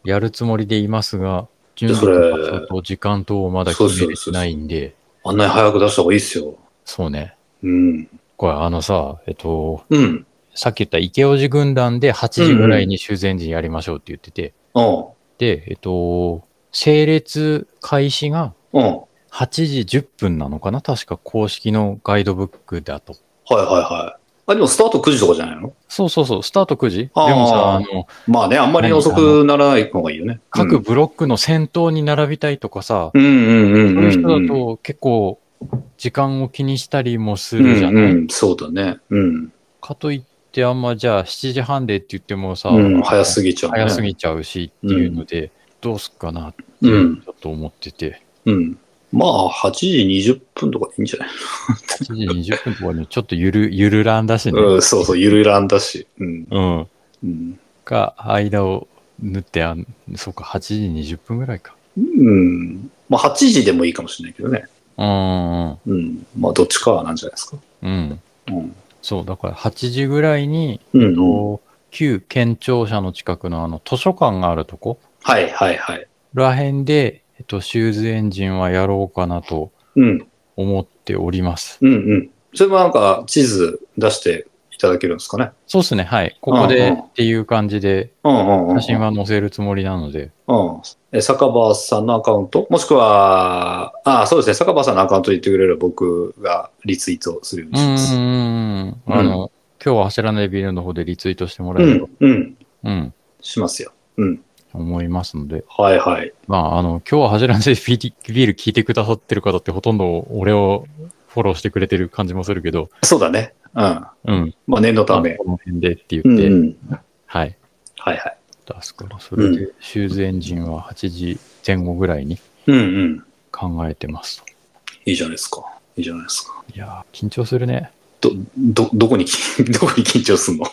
やるつもりでいますが、準備とか
それ
相当時間等をまだ決めれてないんで、
あんなに早く出した方がいいっすよ。
そうね。
うん。
これあのさ、えっと、
うん。
さっき言った池尾寺軍団で8時ぐらいに修善寺やりましょうって言ってて、
うん。
で、えっと、整列開始が
うん。はい
8時10分なのかな確か公式のガイドブックだと。
はいはい。あ、でもスタート9時とかじゃないの
そうそうそう、スタート9時で
あー
もさ、あの、
まあね、あんまり遅くならない方がいいよね。
各ブロックの先頭に並びたいとかさ、
うんうんうん
そううい
ん。
う人だと結構時間を気にしたりもするじゃない、
うんうん、そうだね。うん。
かといってあんまじゃあ7時半でって言ってもさ、
うん、早すぎちゃうね。
早すぎちゃうしっていうので、どうすっかなってち
うん
ょっと思ってて、
うん。まあ、8時20分とかでいいんじゃない、
8時20分とかね、ちょっとゆる、ゆるらんだしね、
うん、そうそう、ゆるらんだし。うん。
うん。
うん。
が、間を縫ってあん、そうか、8時20分ぐらいか。
うん、まあ、8時でもいいかもしれないけどね。
うん、うん
うん。まあ、どっちかなんじゃないですか。
うん。
うん。
そう、だから8時ぐらいに、
うん。
旧県庁舎の近くのあの図書館があるとこ
はいはいはい。
らへんで、えっと、シューズエンジンはやろうかなと
うん。
思っております。
うんうん。それもなんか、地図出していただけるんですかね。
そうですね、はい。ここで
うんうん
っていう感じで、
うんうんうん。
写真は載せるつもりなので、
うん。え、坂場さんのアカウントもしくは、あそうですね。坂場さんのアカウント言ってくれれば僕がリツイートするよう
う
にします。
ーん、あの、今日は走らないビールの方でリツイートしてもら
う
えれば、
ん。うん。
うん、
しますよ。うん。
思いますので、
はいはい。
まあ、あの、今日は走らない <laughs> ビール聞いてくださってる方ってほとんど俺をフォローしてくれてる感じもするけど、
そうだね。うん。ま
うん、
あ、念のた
ま
め
あ。この辺でって言
うん
って、
うん。
はい。
はいはい。
出すから、それで、シューズエンジンは8時前後ぐらいに
うんうん。
考えてます。
いいじゃないですか。いいじゃないですか。
いやー、緊張するね。
ど、ど、どこにき、 <laughs> どこに緊張すんの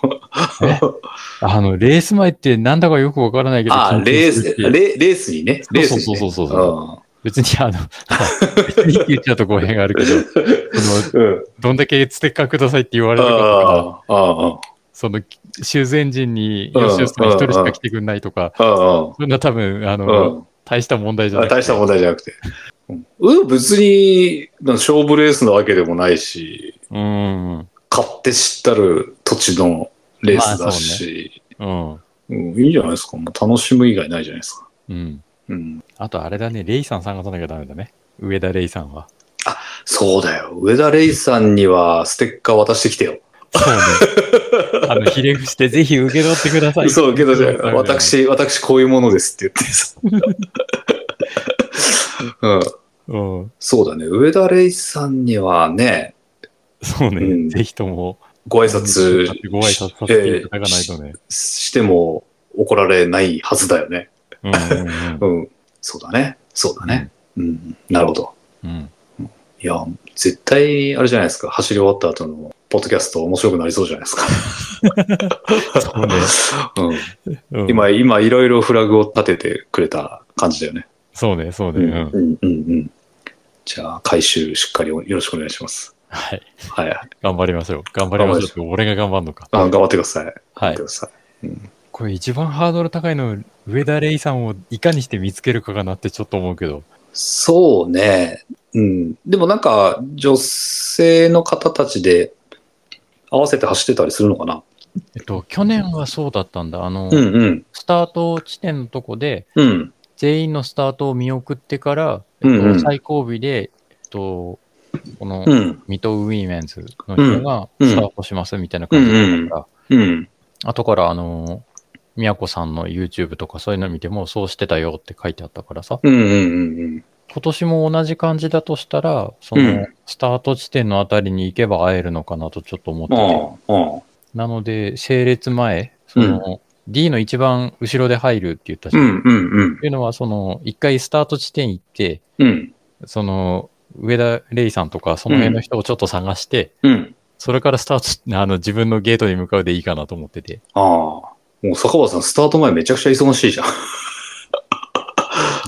えあの、レース前ってなんだかよくわからないけど、
<laughs> あ、
緊
レー
張す
ス
る、っていう
レレースにね。レースに、ね。
そうそうそうそう
そ
別にあの、別にって言っちゃうと語弊があるけ
<laughs>
ど、その
うん。うん。
どんだけステッカーくださいって言われ
あ
るかとか、
あ、ああ、
その、シューズエンジンに、
うん
よしよしさん一人しか来てくんないとか、
ああ、
そんな多分、あ
う
の、
ん。
大した問題じゃな
あ
い。
大した問題じゃなくて。うん、別に、なんか勝負レースなわけでもないし、
うん。
勝手知ったる土地のレースだし、
うん。
うん、いいんじゃないですか。もう楽しむ以外ないじゃないですか。
うん。
うん。
あと、あれだね、レイさん参加さなきゃダメだね。上田レイさんは。
そうだよ。上田レイさんにはステッカー渡してきてよ。
そう <laughs> ね。あの、ひれ伏して、ぜひ受け取ってください。
そう、けどじゃあ、
ダメだね。
私、私こういうものですって
<laughs>
言ってさ。うん。
うん。
そうだね。上田レイさんにはね、
そうね。
うん
ぜひとも、
ご挨拶
ご挨拶させていただかないとね。
しても怒られないはずだよね。
うんうんう
うんん。そうだね。そうだね。うん。なるほど。
うん。
いや、絶対、あれじゃないですか。走り終わった後の、ポッドキャスト面白くなりそうじゃないですか。
そうね
うん。
うん
今、今、いろいろフラグを立ててくれた感じだよね。
そうね、そうね。
う、
うんん
うん、うん、うん。じゃあ、回収しっかりよろしくお願いします。
はい。
はい。あ
頑張りましょう。頑張りましょうって。俺が頑張るのか。
頑張ってください。
は
頑張っ
い
てく。ださい。
これ一番ハードル高いの、上田レイさんをいかにして見つけるかかなってちょっと思うけど。
そうね。うん。でもなんか、女性の方たちで合わせて走ってたりするのかな
えっと、去年はそうだったんだ。あの、
うんうん。
スタート地点のとこで、
うん。
全員のスタートを見送ってから、え
う
っ
ん
と
うん
最後尾で、えっと、この、
うん。
ミトウィメンズの人が
うん
スタートしますみたいな感じだったから、
うん。
後からあの、みやこさんの YouTube とかそういうの見ても、そうしてたよって書いてあったからさ、
うんうんうんうん。
今年も同じ感じだとしたら、その
う
スタート地点のあたりに行けば会えるのかなとちょっと思ってて、
ああ、ああ。
なので、整列前、その、D の一番後ろで入るって言ったし、
う
っ
んうんうん。
ていうのは、その、一回スタート地点行って、
うん。
その、上田レイさんとか、その辺の人をちょっと探して、
うん。
それからスタート、あの、自分のゲートに向かうでいいかなと思ってて。
ああ。もう坂場さん、スタート前めちゃくちゃ忙しいじゃん。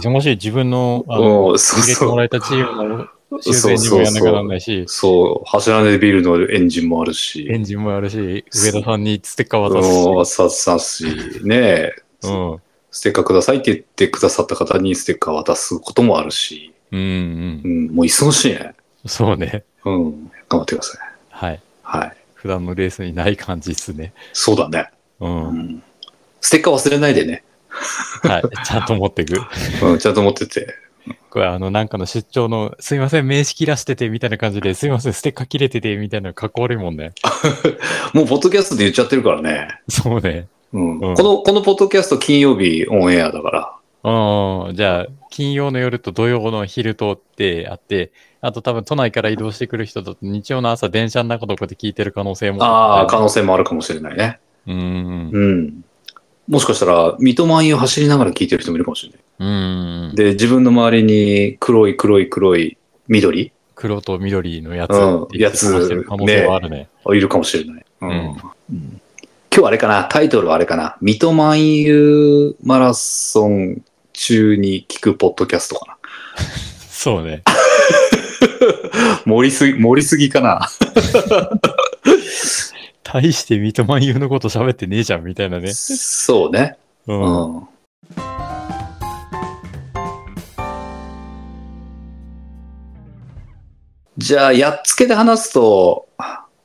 忙しい自分の、あ
お
の、
ーそう
入れて
そう
もらえたチームの修
そ
正
う
に
そ
も
う
やんなきゃな
そ
ら
う。
ないし、
そう。走らないビールのエンジンもあるし。
エンジンもやるし、上田さんにステッカー渡
うん
すし、
ささし、ねえ。
うん。
ステッカーくださいって言ってくださった方にステッカー渡すこともあるし。
うん
う
うん。
ん。もう忙しいね。
そうね。
うん。頑張ってください。
はい。
はい。
普段のレースにない感じっすね。
そうだね。
う。
うんん。ステッカー忘れないでね。
<laughs> はい。ちゃんと持ってく。
うん。ちゃんと持ってて。
これあの、なんかの出張の、すいません、名刺切らしてて、みたいな感じで、すいません、ステッカー切れてて、みたいなのかっこ悪いもんね。
もう、ポッドキャストで言っちゃってるからね。
そうね。
うん。
うん
この、このポッドキャスト金曜日オンエアだから。
うん、じゃあ、金曜の夜と土曜の昼とってあって、あと多分都内から移動してくる人だと日曜の朝電車の中とかで聞いてる可能性も。
ああ、可能性もあるかもしれないね。
うん。
うん。もしかしたら、ミトマイを走りながら聞いてる人もいるかもしれない。
うん。で、
で、自分の周りに黒い黒い黒い緑
黒と緑のやつ
うん
って言って話してる可能性はあるね。
いるかもしれない。うん。
うん
うん今日あれかな、タイトルはあれかな、ミトマイマラソン中に聞くポッドキャストか
そうね。
な。盛りすぎ、盛りすぎかな。
大して三笘優のこと喋ってねえじゃんみたいなね。
そうね。
うん。
うんじゃあ、やっつけで話すと、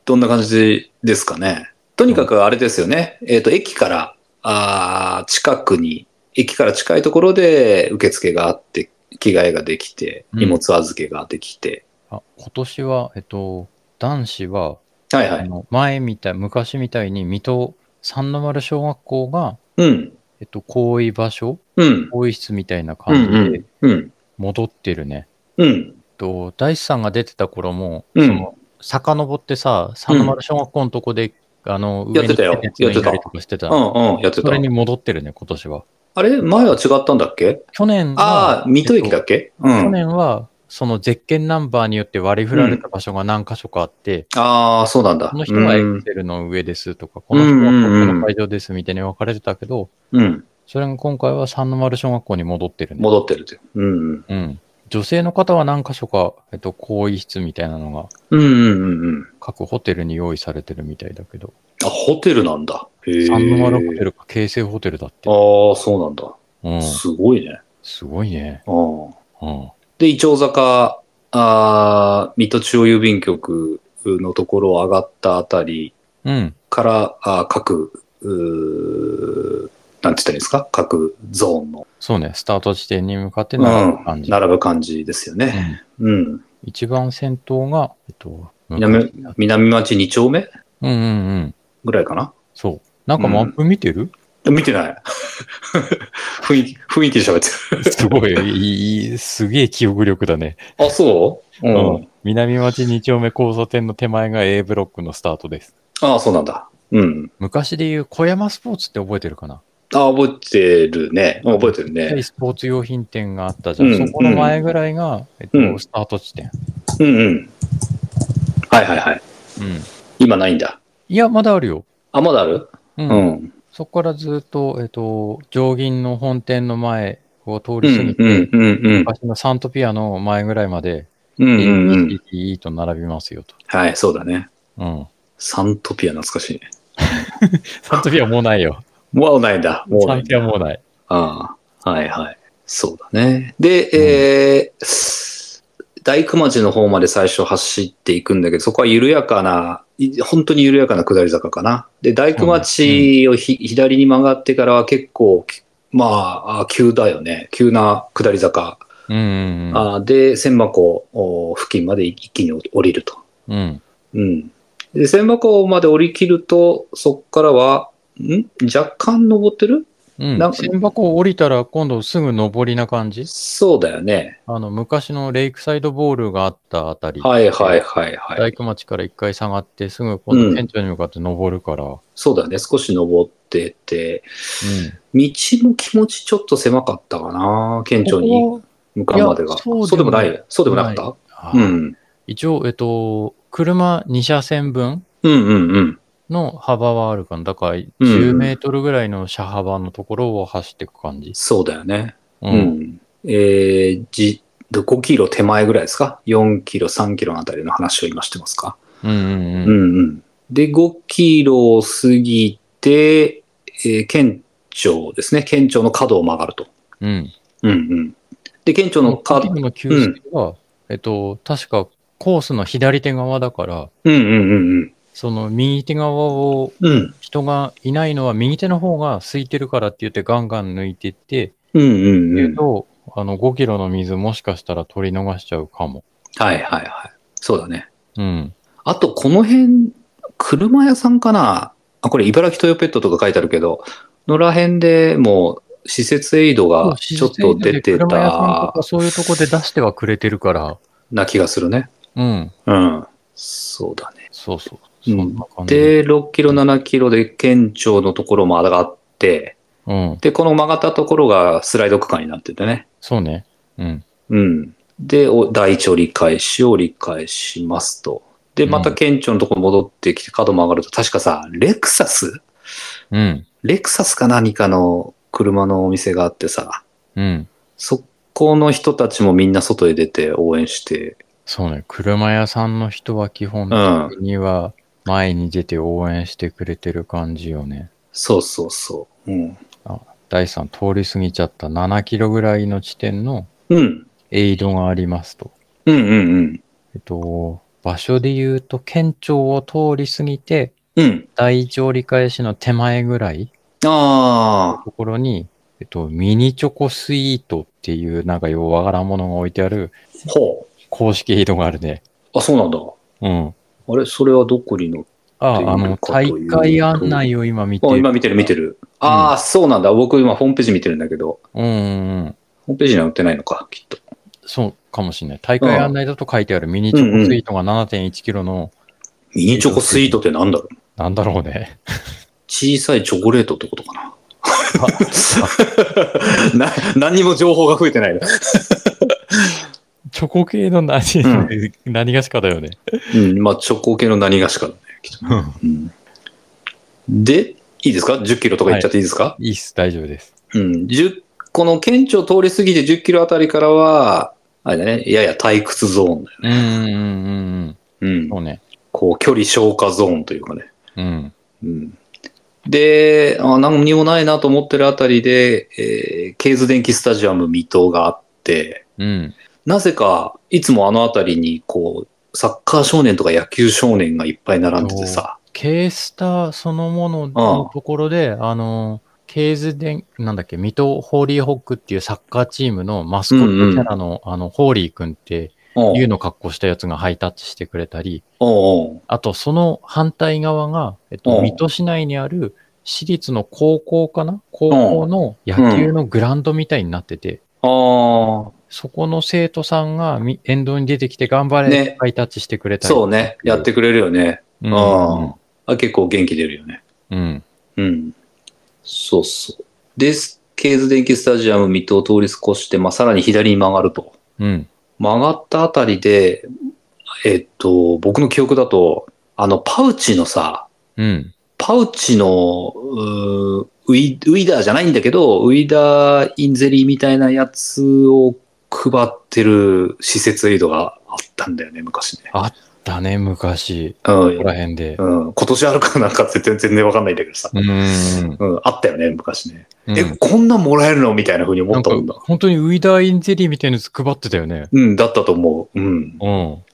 どんな感じですかね。とにかくあれですよね。えっ、と、駅から、あー近くに、駅から近いところで受付があって、着替えができて、
うん
荷物預けができて。
あ今年は、えっと、男子は、
はいは
あ
い。
の前みたい、昔みたいに水戸三の丸小学校が、
うん。
えっと、行為場所
うん。
更衣室みたいな
うん。う
感じで
ん。うん。
戻ってるね。
うん。
と大地さんが出てた頃も、
うん
その遡ってさ、三の丸小学校のとこで、あの
やってたよ
上に鉄がいたりとかしてた。
うん。うん。やって
そ
た
れ。に戻ってるね、今年は。
あれ前は違ったんだっけ
去年は
ああ、、水戸駅だっけう
えっと去
ん。
年は、その絶景ナンバーによって割り振られた場所が何箇所かあって、
ああ、そうなんだ。
この人はエ
うん
クセルの上ですとか、この人は
うんうんうん
ここの会場ですみたいに分かれてたけど、
うん。
それが今回は三の丸小学校に戻ってるね。
戻ってるって。うん。
うん。女性の方は何箇所か、えっと、更衣室みたいなのが
うんうんうんうん。
各ホテルに用意されてるみたいだけど、
あ、ホテルなんだ。へえ。
三の丸ホテルか京成ホテルだって。
ああ、そうなんだ。
うん。
すごいね。
すごいね。
うん。
うん。
で、イチョウ坂、あー水戸中央郵便局のところを上がったあたり
うん。
から、あー各、うーなんて言ったらいいんですか各ゾーンの
そうね。スタート地点に向かって並ぶ感
うん
じ。
並ぶ感じですよ
う
ね。
ん
うん。
一番先頭が、えっと、
南南町2丁目
うんうんうん。
ぐらいかな
そう。なんかマップ見てる、
見てない。 <laughs> 雰囲気、雰囲気で喋って
すごい、いいいい、すげえ記憶力だね。
る。あ、そうう。
うんん。南町2丁目交差点の手前が A ブロックのスタートです。
ああ、そうなんだ。うん。
昔で言う小山スポーツって覚えてるかな
ああ、覚えてるね。うん覚えてる
ちっちゃ
ね
い。スポーツ用品店があったじゃん。
うん
そこの前ぐらいが、えっと
うん
スタート地点。
うんうん。はいはいはい。
うん。
今ないんだ。
いや、まだあるよ。
あ、まだある
う。
うんん。
そこからずっと、えっと、上銀の本店の前を通
うんう
り過ぎ
ん
て、
うんうん
昔のサントピアの前ぐらいまで、
うんうんうん
PTE と並びますよと。
はい、そうだね。
うん。
サントピア懐かしいね。
サントピアもうないよ。
もうないんだ。もう
サ
な
ン
い
トピアもうない。
ああ、はいはい。そうだね。で、えー大工町の方まで最初走っていくんだけど、そこは緩やかな、い本当に緩やかな下り坂かな。で、大工町をひ、左に曲がってからは結構、きまあ、あ急だよね。急な下り坂。
うんうんうん。
あで、千馬湖お付近まで一気に降りると。
うん。
うん。で、千馬湖まで降り切ると、そこからは、ん若干登ってる
うん。
なんか
千箱を降りたら今度すぐ上りな感じ
そうだよね。
あの、昔のレイクサイドボールがあったあたり。
はいはいはいはい。
大工町から一回下がって、すぐ今
うん
度店長に向かって登るから。うん。
そうだね、少し登ってて、道も気持ちちょっと狭かったかな、県庁に
ここ
向かうまでが。
いやそうでも
そうでもない、そうでもなかっ
は
たうん。
一応、えっと、車2車線分
うんうんうん。
の幅はあるかな。だから、10メートルぐらいの車幅のところを走っていく感じ。
そうだよね。
う
うん。。えー、じ、5キロ手前ぐらいですか ?4 キロ、3キロのあたりの話を今してますか。
うんうん
う
うん。
んうん。で、5キロを過ぎて、えー県庁ですね。県庁の角を曲がると。
うん。
うんうん。で、県庁
こ
の
のカ
角
ー、ブの休止は、えっと、確かコースの左手側だから、
うんうんうん
その右手側を
うん。うん。
人がいないのは右手の方が空いてるからって言ってガンガン抜いてって、
うんうんう
言
ん
う。と、あの5キロの水もしかしたら取り逃しちゃうかも。
はいはいはい。そうだね。
うん。
あと、この辺、車屋さんかなあ、これ、茨城トヨペットとか書いてあるけど、のら辺でもう、施設エイドがちょっと出て
車屋さんと
た
かそういうとこで出してはくれてるから、
な気がするね。
うん。
うん。そうだね。
そうそう。
う
そ
ん
んな感じ。
で、6キロ、7キロで県庁のところも上がって、
うん。
で、この曲がったところがスライド区間になっててね。
そうね。うん。
うん。で、お第一折り返しを折り返しますと。で、また県庁のところ戻ってきて角曲がると、確かさ、レクサス
うん。
レクサスか何かの車のお店があってさ、
うん。
そこの人たちもみんな外へ出て応援して、
そうね。車屋さんの人は基本的には前に出て応援してくれてる感じよね。
そうそうそう。うん。
第3通り過ぎちゃった7キロぐらいの地点の
うん。
エイドがありますと。
うんうんうん。
えっと、場所で言うと県庁を通り過ぎて、
うん。
第一折り返しの手前ぐらい
ああ。
ところに、えっと、ミニチョコスイートっていう、なんかようわからんものが置いてある
ほ
公式エイドがあるね。
う。あ、そうなんだ。
うん。
あれそれはどこにの
あ、
っていう
あの、
かという
大
と
会案内を今見て
あ、今見てる見て
る。
る。ああ、そうなんだ。僕今ホームページ見てるんだけど、
うんうんうん。
ホームページには売ってないのか、きっと。
そうかもしれない。大会案内だと書いてあるミニチョコスイートが7.1キロの、
ミニチョコスイートってなんだろう
なんだろうね。 <laughs>
小さいチョコレートってことかな。 <laughs> な何にも情報が増えてないね。
チョコ系の何、 <laughs> 何がしかだよね。
うん、まあ、チョコ系の何がしかだね、きっとねうんで、いいですか ?10 キロとか行っちゃっていいですか、
いいっす、大丈夫です。
うん。10この県庁通り過ぎて10キロあたりからは、あれだね、やや退屈ゾーンだよ。
うんうんうんうん。
うん。
そうね。
こう、距離消化ゾーンというかね。
うん。
うん。で、あ何にもないなと思ってるあたりで、えー、ケーズ電気スタジアム水戸があって、
うん。
なぜか、いつもあのあたりに、こう、サッカー少年とか野球少年がいっぱい並んでてさ、
ケースターそのもののところで、あの、ケーズでん、なんだっけ、水戸ホーリーホックっていうサッカーチームのマスコットキャラの、あの、ホーリーくんって、
おう
竜の格好したやつがハイタッチしてくれたり、
おうおう
あとその反対側が、えっ
う
と、
ん
水戸市内にある私立の高校かな高校の野球のグラウンドみたいになってて、
あ
そこの生徒さんがみ沿道に出てきて頑張れ、
ね
ハイタッチしてくれ
あ、
たり。
そうね。やってくれるよね。
う。
うんん。あ結構元気出るよね。
うん。
うん。そうそう。で、ケーズ電気スタジアム水戸を通り越して、まあ、さらに左に曲がると。
うん。
曲がったあたりで、えっと、僕の記憶だと、あの、パウチのさ、
うん。
パウチの、うーウィウィダーじゃないんだけど、ウィダーインゼリーみたいなやつを配ってる施設エイドがあったんだよね、昔ね。
だね、昔。
うん
ここら辺で。
うん、今年あるかなんかって全然わかんないんだけどさ。
うん。
うん、あったよね、昔ね。
うん
え、こんなんもらえるのみたいな風に思
な
っ
ん
た
か
もんだ。
本当にウィダーインゼリーみたいなやつ配ってたよね。
うん、だったと思う。うん。
うん。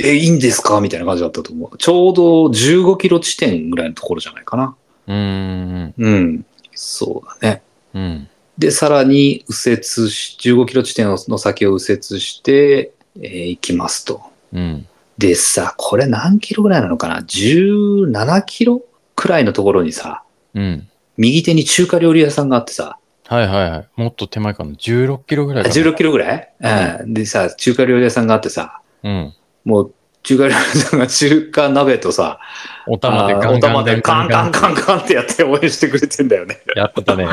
え、いいんですかみたいな感じだったと思う。ちょうど15キロ地点ぐらいのところじゃないかな。
うん。
うん。そうだね。
うん。
で、さらに右折し、15キロ地点の先を右折して、えー行きますと。
うん。
でさ、これ何キロぐらいなのかな ?17 キロくらいのところにさ、
うん。
右手に中華料理屋さんがあってさ、
はいはいはい。もっと手前かな。16キロぐらいかな。
16キロぐらい、うん、でさ、中華料理屋さんがあってさ、
うん。
もう中華料理屋さんが中華鍋とさ、
お玉で
あ
ガ
ーお
ンガ
玉
ンガ
で
ン
カンカンカンカンってやって応援してくれてんだよ
<laughs>
ね。
やってたね。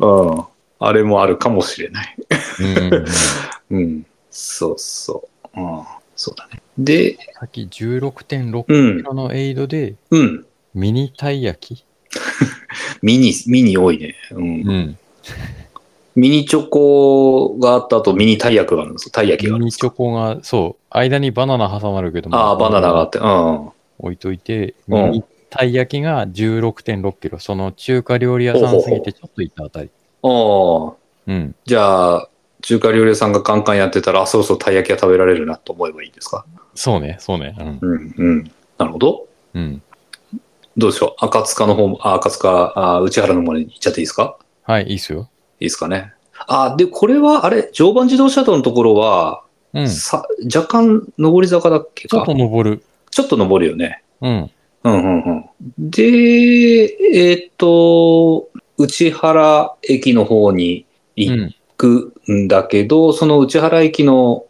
うん。あれもあるかもしれない。
うん。
うん。そうそう。うん。そうだね。で、
さっき16.6キ
うん。
ロのエイドで、
うん。
ミニたい焼き
ミニ、ミニ多いね。うん。
ん。
ミニチョコがあった後、ミニたい焼きがあるんですよ。たい焼き
ミ
があるんで
ニ
す
チョコが、そう、間にバナナ挟まるけども。
ああー、バナナがあって。うん。
置いといて、
う
ミ
ん
ニたい焼きが16.6キロ。その中華料理屋さん過ぎてちょっと行ったあたり。
ああ。
うん。
じゃあ、中華料理屋さんがカンカンやってたら、あそろそろたい焼きが食べられるなと思えばいいですか
そうね、そうね。うん。
うん、うん。なるほど。
うん。
どうでしょう赤塚の方も、あ、赤塚、あ内原の方に行っちゃっていいですか
はい、いいっすよ。
いいですかね。あ、で、これは、あれ、常磐自動車道のところは、
うん。ち
さ若干上り坂だっけ
ょっ
か
と登る。
ちょっと上るよね。
うん。
うんうんうん。で、えーっと、内原駅の方に
う
行
ん。
くんだけど、その内原駅の、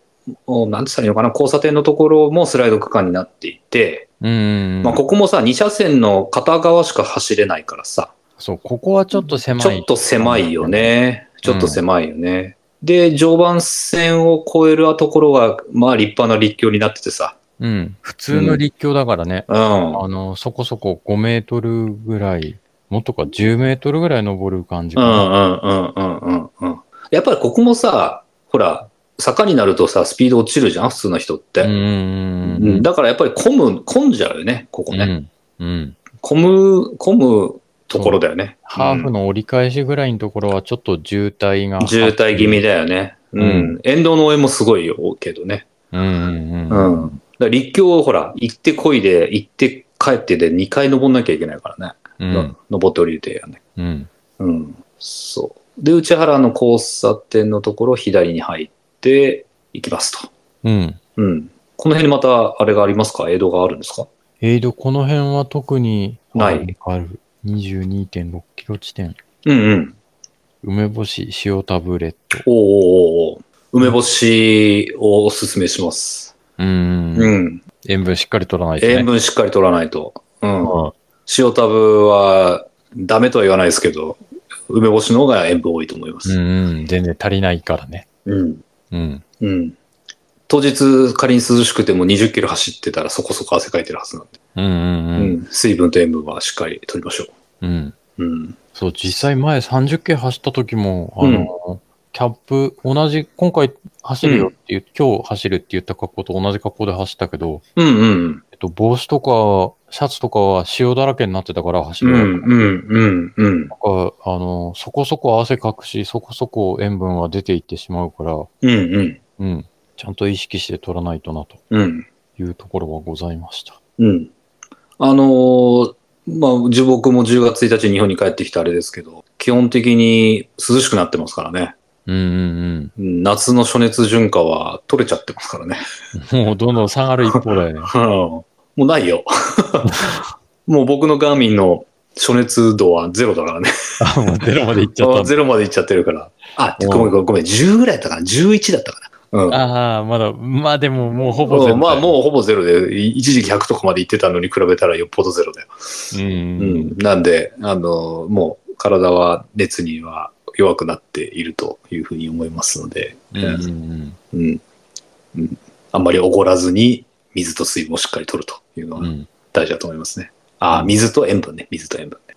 おなんて言ったらいいのかな、交差点のところもスライド区間になっていて、
うん。
まあ、ここもさ、2車線の片側しか走れないからさ、
そう、ここはちょっと狭い。
ちょっと狭いよ。ね。ちょっと狭いよね。で、常磐線を越えるところは、まあ立派な立橋になっててさ。
うん。普通の立教だからね。
うん。
あの、そこそこ5メートルぐらい、もっとか10メートルぐらい登る感じ
う
か
んう
な。
んうんうんうんうん。やっぱりここもさ、ほら、坂になるとさ、スピード落ちるじゃん、普通の人って。
うんうんうん。
だからやっぱり混む、混んじゃうよね、ここね。
うん。うん。
混む、混むところだよね。
ハーフの折り返しぐらいのところはちょっと渋滞が。
うん渋滞気味
で。
だよね。うん。
うん
沿道の応援もすごいよ、けどね。
うんう
う
んうん。
ん。だから立教をほら、行ってこいで、行って帰ってで2回登んなきゃいけないからね。
う
の
ん。
登って降りるてやんね。
うん。
うん。そう。で、内原の交差点のところを左に入って行きますと。
うん。
うん。この辺にまた、あれがありますか映像があるんですか
エイド、この辺は特に、
ない。
ある。22.6キロ地点。
うんうん。
梅干し塩タブレット。
おーおーおー梅干しをおすすめします。
うん。
うん
塩分しっかり取らないとね。
塩分しっかり取らないと。うん。
うん。
塩タブは、ダメとは言わないですけど、梅干しの方が塩分多いと思いま
う
す。
んうん。全然足りないからね。
うん。
うん。
うん。当日、仮に涼しくても20キロ走ってたらそこそこ汗かいてるはずなんで。
うんう
うんん。水分と塩分はしっかり取りましょ
うん。うん。
う。うん。
そう、実際前30系走った時も、あの、キャップ、同じ、今回走るよって言う、今日走るって言った格好と同じ格好で走ったけど、
うんうん。
えっと、帽子とか、シャツとかは塩だらけになってたから走
う
る。
んうんうんうん。
なんか、あの、そこそこ汗かくし、そこそこ塩分は出ていってしまうから、
うんうん。
うん、ちゃんと意識して取らないとなと
うん。
いうところはございました。
うん。あのーまあ、樹木も10月1日に日本に帰ってきたあれですけど、基本的に涼しくなってますからね。
うんうん
うん夏の暑熱順化は取れちゃってますからね。 <laughs>
うん。もうどんどん下がる一方 <laughs> だよね。
もうないよ。 <laughs> もう僕のガーミンの暑熱度はゼロだからね。 <laughs>
あ、もうゼロまでいっちゃったんだ。
ゼロまでいっちゃってるから。あ、ごめんごめんごめん。10ぐらいだったかな。11だったかうん。
ああ、まだ、まあでももうほぼ
う
全
んまあもうほぼゼロで、い一時期100とかまで行ってたのに比べたらよっぽどゼロだよ。
う。う。
うんん。なんで、あの、もう体は熱には弱くなっているというふうに思いますので、
うん。うん。
うん。うん。あんまりおごらずに、水と水分をしっかり取るというの
うん。う
は
ん。
大事だと思いますね。ああ、水と塩分ね。水と塩分ね。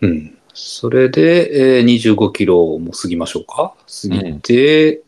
うん。それで、えー25キロも過ぎましょうか。過ぎて、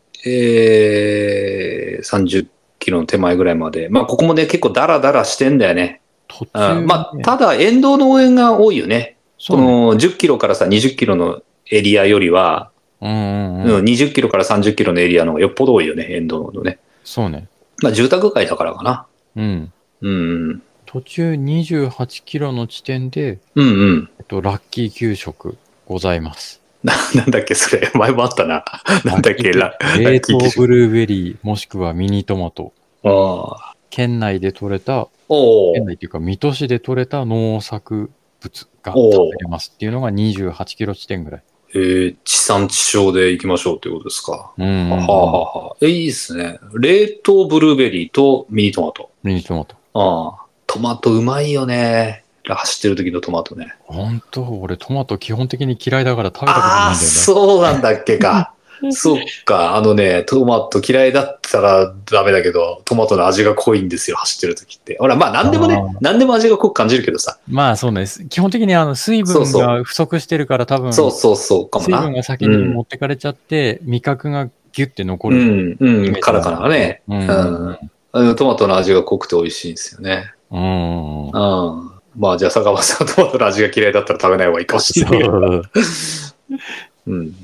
えー30キロの手前ぐらいまで。まあ、ここもね、結構ダラダラしてんだよね。
途
う
中ね。
ん、まあ、ただ、沿道の応援が多いよね。
そ
こ
うね、
の10キロからさ、20キロのエリアよりは、
うんうん
う
うん。
ん、20キロから30キロのエリアの方がよっぽど多いよね、沿道のね。
そうね。
まあ、住宅街だからかな。
うん。
うん。
途中28キロの地点で、
うんうん。 <laughs>
えっと、ラッキー給食ございます。
なんだっけ、それ。前もあったな。 <laughs> なんだっけ、ラ
ラッキー
ラ
冷
ッキー給
凍
食
ブルーベリー、もしくはミニトマト。
ああ。
県内で採れた、
おお。
県内っていうか、水戸市で採れた農作物が
おう
食べれますっていうのが28キロ地点ぐらい。
えー地産地消で行きましょうということですか。
うんうんうん、
はあはあはあえいいですね。冷凍ブルーベリーとミニトマト。
ミニトマト。
ああトマトうまいよね。走ってる時のトマトね。
本当俺トマト基本的に嫌いだから食べたこと
あ
な
あ、
いんだよ
そうなんだっけか。そっか。あのね、トマト嫌いだったらダメだけど、トマトの味が濃いんですよ、走ってる時って。ほら、まあ何でもね
あー、
何でも味が濃く感じるけどさ。
ね。まあそうね。す基本的にあの水
そ
分
うそう
が不足してるから多分、
そうそうそう、かも
水分
な。
が先に持ってかれちゃって、味覚がギュッて残
う
る。
ん、うん、カラカラね。
うん。
うんあのトマトの味が濃くて美味しいんですよね。
うん。
うん。まあ、じゃあ、坂本さん、トマトの味が嫌いだったら食べない方がいいかもしれないけど。うん。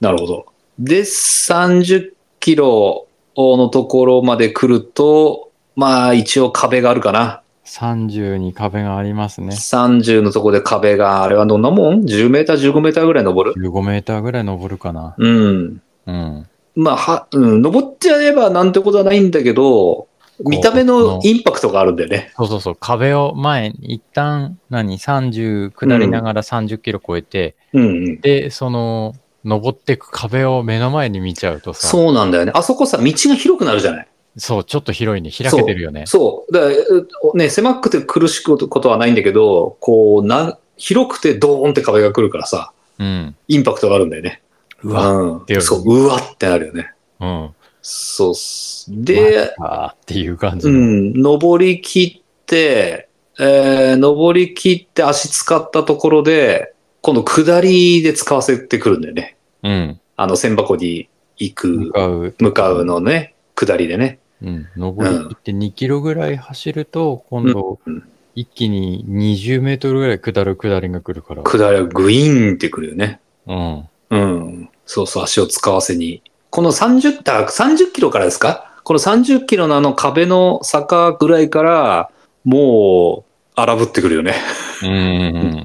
なるほど。で、30キロのところまで来ると、まあ、一応壁があるかな。
30に壁がありますね。
30のところで壁が、あれはどんなもん ?10 メーター、15メーターぐらい登る
15メーターぐらい登るかな。
うん。
うん。
まあ、は、うん、登っちゃえばなんてことはないんだけど、見た目のインパクトがあるんだよね。
そうそうそう。壁を前に、一旦、何、30、下りながら30キロ超えて、
うん、うん。
で、その、登ってく壁を目の前に見ちゃうとさ、そう、
そうなんだよね。あそこさ、道が広くなるじゃない
ちょっと広いね。開けてるよね。
そう。だからうね、狭くて苦しくことはないんだけど、こう、な、広くてドーンって壁が来るからさ、
うん。
インパクトがあるんだよね。
うわ、
うん
てやる
そう、うわってなるよね。
うん。
そうっす。で、
あーっていう感じ
う
の。
ん、登り切って、えー、登り切って足使ったところで、今度下りで使わせてくるんだよね。
うん。
あの、千箱に行
向
く、
かう。
向かうのね、下りでね。
うん。登り切って2キロぐらい走ると、今度
うんうん、
一気に20メートルぐらい下る下りが来るから。
下りはグイーンってくるよね。
うん。
うん。そうそう、足を使わせに。この30、あ30キロからですかこの30キロのあの壁の坂ぐらいから、もう、荒ぶってくるよね。 <laughs>
うんうん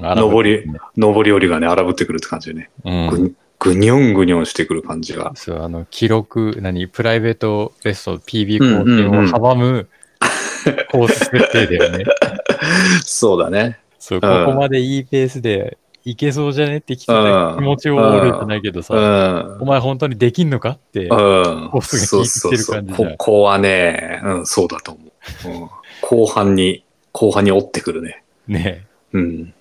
うん。
上り、上り下りがね、荒ぶってくるって感じでね。
うん
ぐ。にぐにょんぐにょんしてくる感じ
<laughs>
が。
そう、あの、記録、何、プライベートベスト PB
うん
更新
うんう
を
ん
阻むコース設定
<laughs>
だよね。
そうだね。
そう、ここまでいいペースでいけそうじゃねって聞
う
た
ん
気持ちを折れてないけど
う
さ、
ん
お。前本当にできんのかって、
うん
コースが効いてきてる感じじゃ
こ
ん
こはね、うん、そうだと思う、うん後半に、後半に折ってくるね。
ね、
うん。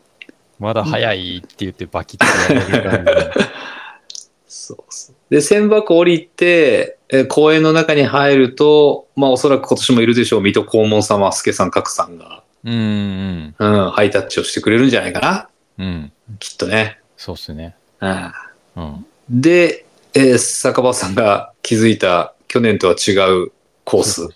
まだ早いって言ってバキッてやれる感じ
そうそう。で、千箱降りて、えー公園の中に入ると、まあおそらく今年もいるでしょう、水戸黄門様、助さん、角さんが、
で。うん
うん、ハイタッチをしてくれるんじゃないかな。
うん。うん。
きっとね。
そうっすね。
うん、
うん。
で、えー坂場さんが気づいた去年とは違うコース、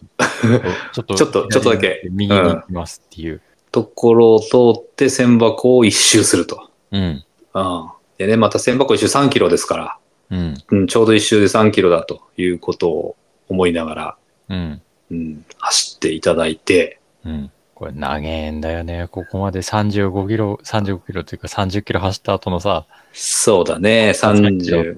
ちょっと、
ちょっとちょっとだけ
右に行きますっていう。
ところを通って千箱を一周すると。
うん。
うん。でね、また千箱一周3キロですから、
うん。
うん、ちょうど一周で3キロだということを思いながら、
うん。
うん、走っていただいて、
うん。これ長えんだよね。ここまで35キロ、35キロというか30キロ走った後のさ、
そうだね、
30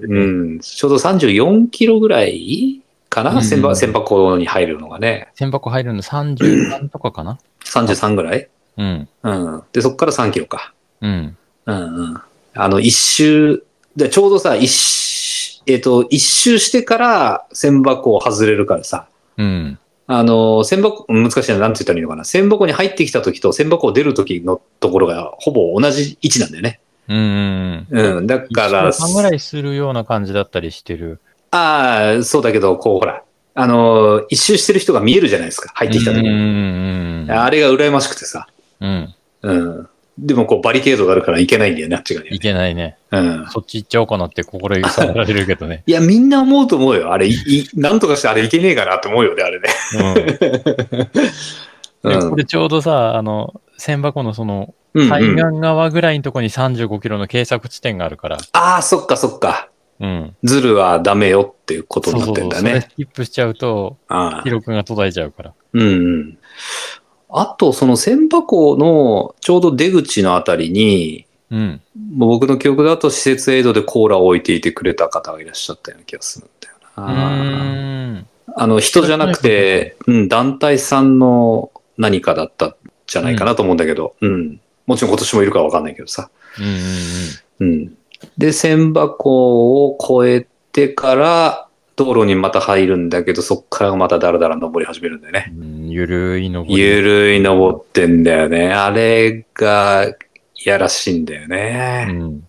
30、うん、ちょうど34キロぐらいか
うん
な、千葉千葉港に入るのがね、
千箱入るの33とかかな
33ぐらい、
うん。
うん、で、そこから3キロか。
うん。
うんうん。あの、一周、でちょうどさ、一周、えっと、一周してから千箱を外れるからさ、
うん。
あの、千箱、難しいな、なんて言ったらいいのかな。千箱に入ってきた時と千箱を出る時のところがほぼ同じ位置なんだよね。
うんうん。
うん。だから、
1週間ぐらいするような感じだったりしてる。
ああ、そうだけど、こう、ほら、あの、一周してる人が見えるじゃないですか、入ってきた
うん
時
う
に。
んうん。
あれが羨ましくてさ。
うん。
うん。でも、こう、バリケードがあるから行けないんだよね、あっちがね
い。けないね。
うん。。
そっち行っちゃおうかなって心揺さぶられるけどね
いや、みんな思うと思うよ。あれ、い、いなんとかしてあれ行けねえかなと思うよね、あれね。
うん。で、
うん
これちょうどさ、あの、千箱のその、
うんうん
海岸側ぐらいのとこに35キロの計測地点があるから。
ああ、そっかそっか。
うん。
ズルはダメよっていうこと
そ
にな
うそ
っ
う
て
そ
んだ
う。そ
ね。
れスキップしちゃうと、
ああ
記録が途絶えちゃうから。
うんうん。あと、その千箱のちょうど出口のあたりに、
うん。
もう僕の記憶だと施設エイドでコーラを置いていてくれた方がいらっしゃったような気がするんだよ
う
な。
ーん。
あの、人じゃなくて、うん、団体さんの何かだったんじゃないかなと思うんだけど、うん。もちろん今年もいるかわかんないけどさ。
うんうん
うん。で、千箱を越えてから、道路にまた入るんだけど、そっからまただらだら登り始めるんだよね。
うんうん。ゆるいの
ゆるい登ってんだよね。あれが、いやらしいんだよ
う
ね。
ん。
うん。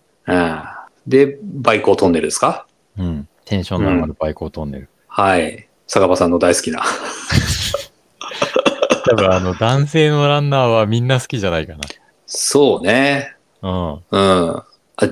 で、バイクをトンネルですか
うん。テンションの上がるバイクをトンネル。
はい。坂場さんの大好きな。
多分あの、男性のランナーはみんな好きじゃないか
そうね。
な。うん。
うん。あ、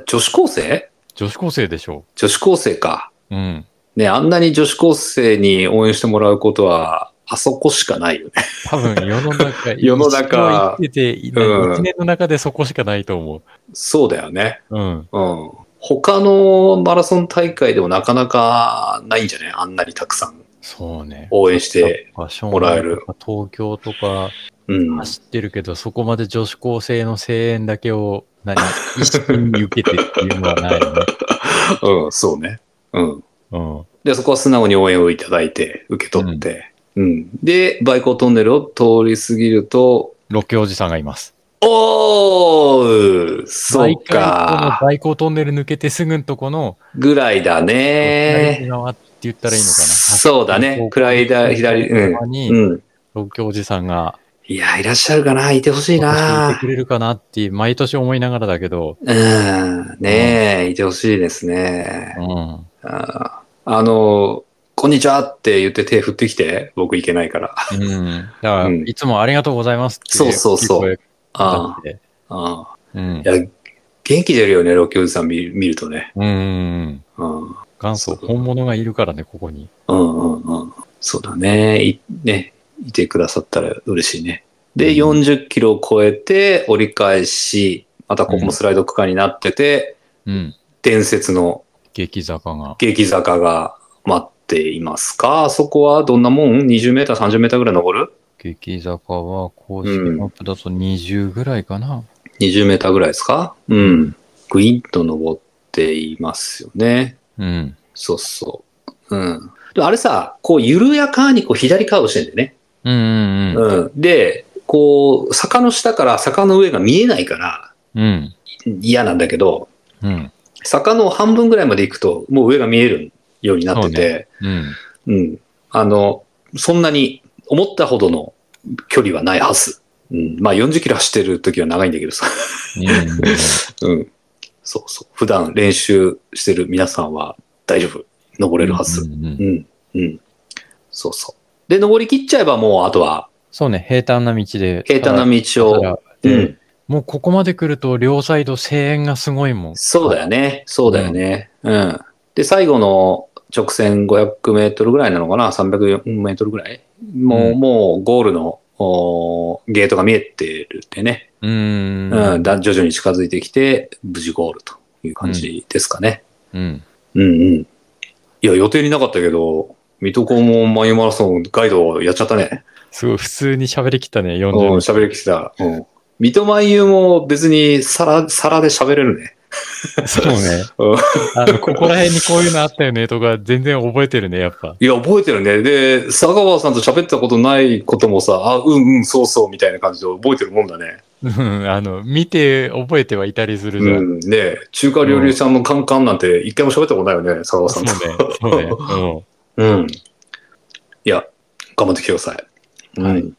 女子高生
女子高生でしょ
女子高生か。
う。うん。
ね、あんなに女子高生に応援してもらうことは、あそこしかないよね。
多分世
<laughs>
の中、
世の中
一生生きてて、
うん
一年の中でそこしかないと思
そうだよね。
う。うん。
うん。他のマラソン大会でもなかなかないんじゃないあんなにたくさん
そうね。
応援して。
も
もらえる。
東京とか
うん。
走ってるけど、そこまで女子高生の声援だけを、何、一瞬に受けてっていうのはないよね。
うん、そうね。うん。
<laughs> うん。
で、そこは素直に応援をいただいて、受け取って。うん。で、バイクをトンネルを通り過ぎると、
ロケおじさんがいます。
おーそう
毎回こ
か。
の外交トンネル抜けてすぐんとこの、
ぐらいだ
左
ね。
側って言ったらいいのかな。
そうだね暗いだ左うん
側に、
うん。
東京おじさんが、
いや、いらっしゃるかな。いてほしい
私いて
な
く。れるかなって、毎年思いながらだけど、
うん。ねえ、いてほしいですね。
うん。
あーあの、こんにちはって言って手振ってきて、僕行けないから。
うん。だから、
うん
いつもありがとうございますってい
そうそうそう
声
あ
かけて
あ、ああ。
うん
い。や、元気出るよね、ロケおじさん見る見るとね。
うんうん。
うん。
元祖、本物がいるからね、ここに。
うんうんうん。そうだね。い、ね、いてくださったら嬉しいね。で、
うん
40キロを超えて折り返し、またここもスライド区間になってて、
うん。
伝説の
激坂が。
激坂が待っていますかそこはどんなもん ?20 メーター、30メーターぐらい登る
激坂は、公式マップだと20ぐらいかな。
?20 メーターぐらいですかうん。グインと登っていますよね。
うん。
そうそう。うん。であれさ、こう緩やかにこう左カーブしてんだよね。
うんうんうん。
うん、で、こう、坂の下から坂の上が見えないから
うん。
嫌なんだけど、
うん。
坂の半分ぐらいまで行くと、もう上が見えるようになってて、
うん。
うん。あの、そんなに思ったほどの距離はないはず。うん。まあ40キロ走ってる時は長いんだけどさ。 <laughs> うん。そうそう。普段練習してる皆さんは大丈夫。登れるはず。
うんうん
うん。うん。そうそう。で、登り切っちゃえばもう、あとは
そうね、平坦な道で。
平坦な道
ただ
を、
ただ
う
うんん。もうここまで来ると、両サイド声援がすごいもん。
そうだよね。そうだよね。うん。で、最後の直線500メートルぐらいなのかな ?300 メートルぐらいもう、
うん
もうゴールのおーゲートが見えてるってね、
うーん。
うんだ。徐々に近づいてきて、無事ゴールという感じですかね。
うん。
うん、うん、いや、予定になかったけど、水戸黄門マユマラソンガイドやっちゃったね。
すごい、普通に喋りきったね、
うん、
40
喋りきてた。うん。水戸マユも別に皿、皿で喋れるね。
<laughs> そうね
うん。
あの、ここら辺にこういうのあったよねとか、全然覚えてるね、やっぱ。
いや、覚えてるね。で、佐川さんと喋ったことないこともさ、あ、うんうん、そうそう、みたいな感じで覚えてるもんだね。
うん、あの、見て覚えてはいたりするじゃん。
うん、ね中華料理屋さんのカンカンなんて一回も喋ったことないよね、佐川さ
そうんね
と。。
そうね。うん
うん。いや、頑張ってください。
は
う
い
ん。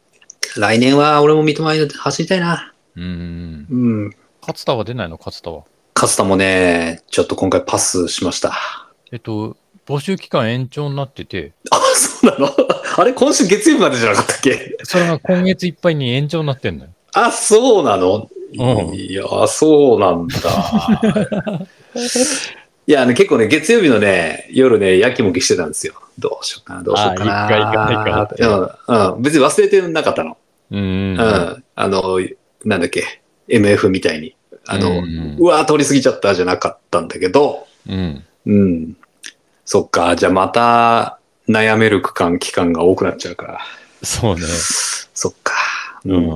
来年は俺も三笘で走りたいな。
うんうん。
うん。
勝田は出ないの勝田は。
勝田もね、ちょっと今回パスしました。
えっと、募集期間延長になってて、
あ、そうなの <laughs> あれ、今週月曜日までじゃなかったっけ
それが今月いっぱいに延長になってんのよ。
あ、そうなの、
うん
いや、そうなんだ。いや、あの結構ね、月曜日のね、夜ね、やきもきしてたんですよ。どうしようかな、どうしようかな。
あー一回行かない
うん、うん。別に忘れてなかったの。
うん。
うん。あの、なんだっけ、MF みたいに。あの、
う
うんわー、通り過ぎちゃったじゃなかったんだけど、
うん。
うん。そっか、じゃあまた悩める区間、期間が多くなっちゃうから。
そうね。
そっか。うん。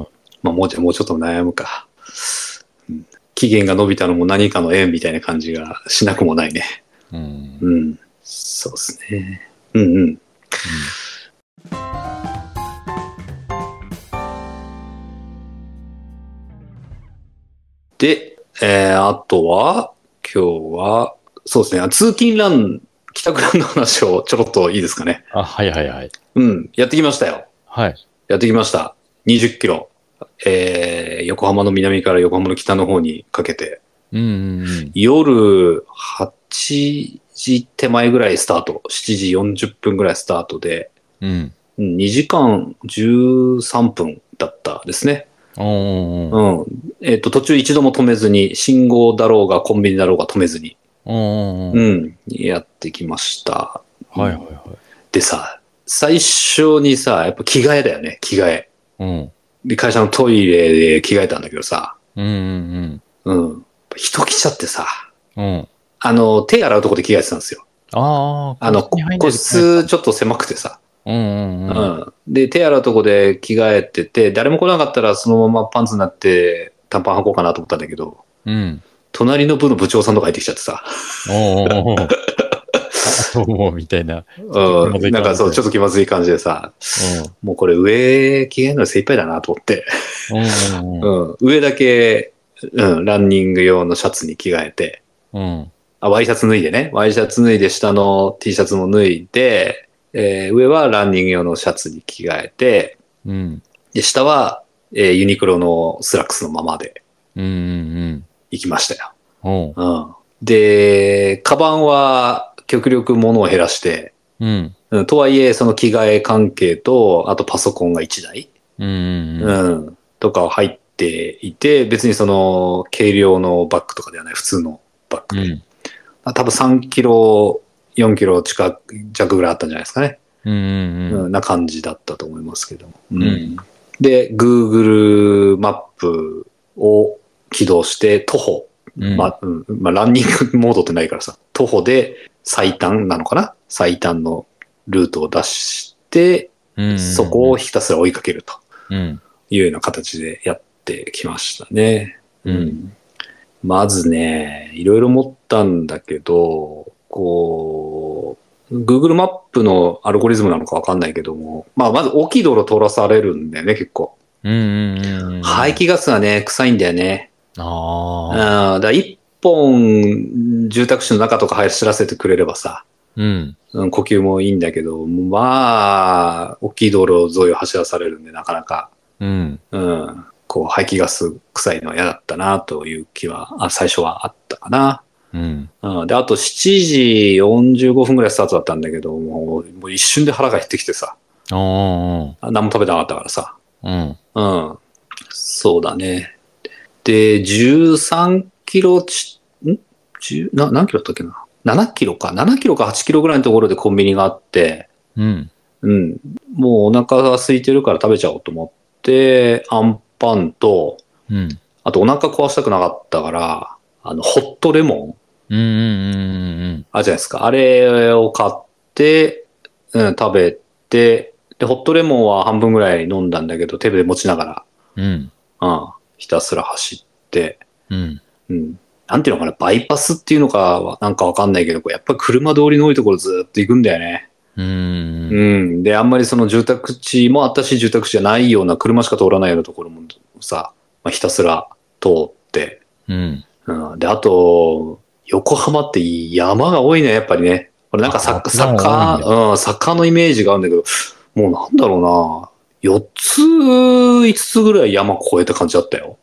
まあ、もうじゃあもうちょっと悩むか。うん期限が伸びたのも何かの縁みたいな感じがしなくもないね。
うん。うん。
うん。そうですね。うんうん。で、えー、あとは、今日は、そうですね、あ通勤ラン、帰宅ランの話をちょろっといいですかね。
あ、はいはいはい。
うん、やってきましたよ。
はい。
やってきました。20キロ。えー、横浜の南から横浜の北の方にかけて、
うんうんうん。
夜8時手前ぐらいスタート。7時40分ぐらいスタートで、
うん。
うん2時間13分だったですね。
お
う
ー
ん。えっ、と、途中一度も止めずに、信号だろうがコンビニだろうが止めずに、
おー
う
おー
ん、やってきました。
はいはいは
でさ、最初にさ、やっぱ着替えだよね、着替え。
い。うん。
で、会社のトイレで着替えたんだけどさ、
うんうん
うん。やっぱ人来ちゃってさ、
うん。うん。
あの、手洗うとこで着替えてたんですよ。
ああ、
あの、
個室に入んない
個室ちょっと狭くてさ、
うんうん
う
うん。
ん。で、手洗うとこで着替えてて、誰も来なかったらそのままパンツになって短パン履こうかなと思ったんだけど、
うん。
隣の部の部長さんとか入ってきちゃってさ、
おーおーおーあどうも、みたいな。
うん
ちょっと気まずい感じで
なんかそう、ちょっと気まずい感じでさ、もうこれ上着替えるの精一杯だなと思って、
うん。うんうん
うん、上だけ、うん、ランニング用のシャツに着替えて、
うん。うん。
あ、ワイシャツ脱いでね、ワイシャツ脱いで下の T シャツも脱いで、えー上はランニング用のシャツに着替えて、
うん。
で、下は、えーユニクロのスラックスのままで
うんうん
行きましたよ。
うん。おう
うん。で、カバンは極力物を減らして、
うん。
うん、とはいえ、その着替え関係と、あとパソコンが1台、
うんうんうん。
うん、とか入っていて、別にその軽量のバッグとかではない、普通のバッグで。
うん。
多分3キロ、4キロ近く、弱ぐらいあったんじゃないですかね。
うんうんうん
うん、な感じだったと思いますけども。うん
うん
で、Google マップを起動して、徒歩。
うん
まあ、うんまあ、ランニングモードってないからさ、徒歩で最短なのかな最短のルートを出して、
うんうん
そこをひたすら追いかけると
うん。
いうような形でやってきましたね。
うん。
まずね、いろいろ持ったんだけど、こう、Google マップのアルゴリズムなのかわかんないけども、まあ、まず大きい道路通らされるんだよね、結構。
うんうんうん。
排。気ガスがね、臭いんだよね。うん、だ
ああ。
から一本、住宅地の中とか走らせてくれればさ、
うん。
うん呼吸もいいんだけど、まあ、大きい道路沿いを走らされるんで、なかなか、
うん。
うん、こう、排気ガス臭いのは嫌だったな、という気は、あ最初はあったかな。
うん。
うん、で、あと7時45分ぐらいスタートだったんだけど、もうもう一瞬で腹が減ってきてさ、
おお
あ何も食べてなかったからさ。
うん。
うん。そうだね。で、13キロち、ん10な何キロだったっけな ?7 キロか。7キロか8キロぐらいのところでコンビニがあって、
うん。
うん。もうお腹が空いてるから食べちゃおうと思って、アンパンと、
うん。
あとお腹壊したくなかったから、あの、ホットレモン
うんうんうん
あるじゃないですか。あれを買って、うん、食べて、で、ホットレモンは半分ぐらい飲んだんだけど、手で持ちなが
うんうん。
ら、うん、ひたすら走って、
うん。
うん。なんていうのかな、バイパスっていうのかは、なんかわかんないけど、こうやっぱり車通りの多いところずっと行くんだよね。
うん。うん。
うん。で、あんまりその住宅地もあったし、住宅地じゃないような、車しか通らないようなところもさ、まあ、ひたすら通って、
うん。
うん、で、あと、横浜って山が多いね、やっぱりね。これなんかサ
あ
ッサッカ
山が
ー、うん、サッカーのイメージがあるんだけど、もうなんだろうな。4つ、5つぐらい山越えた感じだったよ。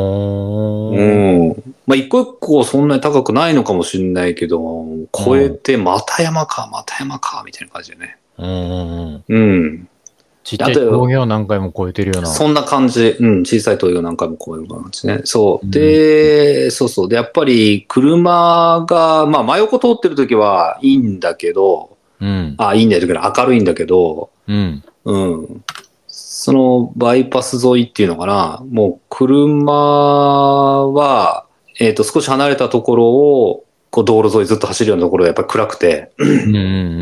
お
う
ー。
ん。まあ、一個一個そんなに高くないのかもしれないけど、越えて、また山か、また山か、みたいな感じでね。
うんうんうん。
うん。
ちっちゃい峠を何回も超えてるような。
そんな感じ。うん。小さい峠を何回も越える感じね。そう。で、そうそう。で、やっぱり車が、まあ、真横通ってる時はいいんだけど、
うん。
あ、いいんだけど、明るいんだけど、
うん。
うん。そのバイパス沿いっていうのかな。もう車は、えっ、と、少し離れたところを、こう道路沿いずっと走るようなところがやっぱり暗くて、
うんう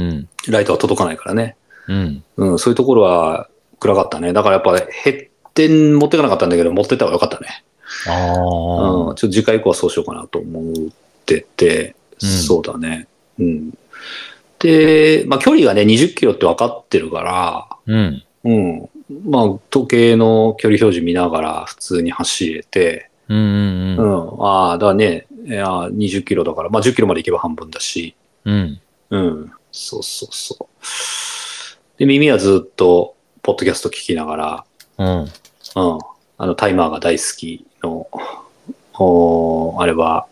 ん
ライトは届かないからね。
うん。うん。
うん、そういうところは暗かったね。だからやっぱ減って持ってかなかったんだけど、持ってった方が良かったね。
あ
う
あ
ん、。ちょっと次回以降はそうしようかなと思ってて、
うん
そうだね。うん。で、まあ距離がね、20キロって分かってるから、
うん。
うん。まあ、時計の距離表示見ながら普通に走れて、
うんうん
う
うん。
ん。ああ、だからね、いや20キロだから、まあ10キロまで行けば半分だし、
うん。
うん。そうそうそう。で、耳はずっと、ポッドキャスト聞きながら、
うん。
うん。あの、タイマーが大好きの、おーあれは、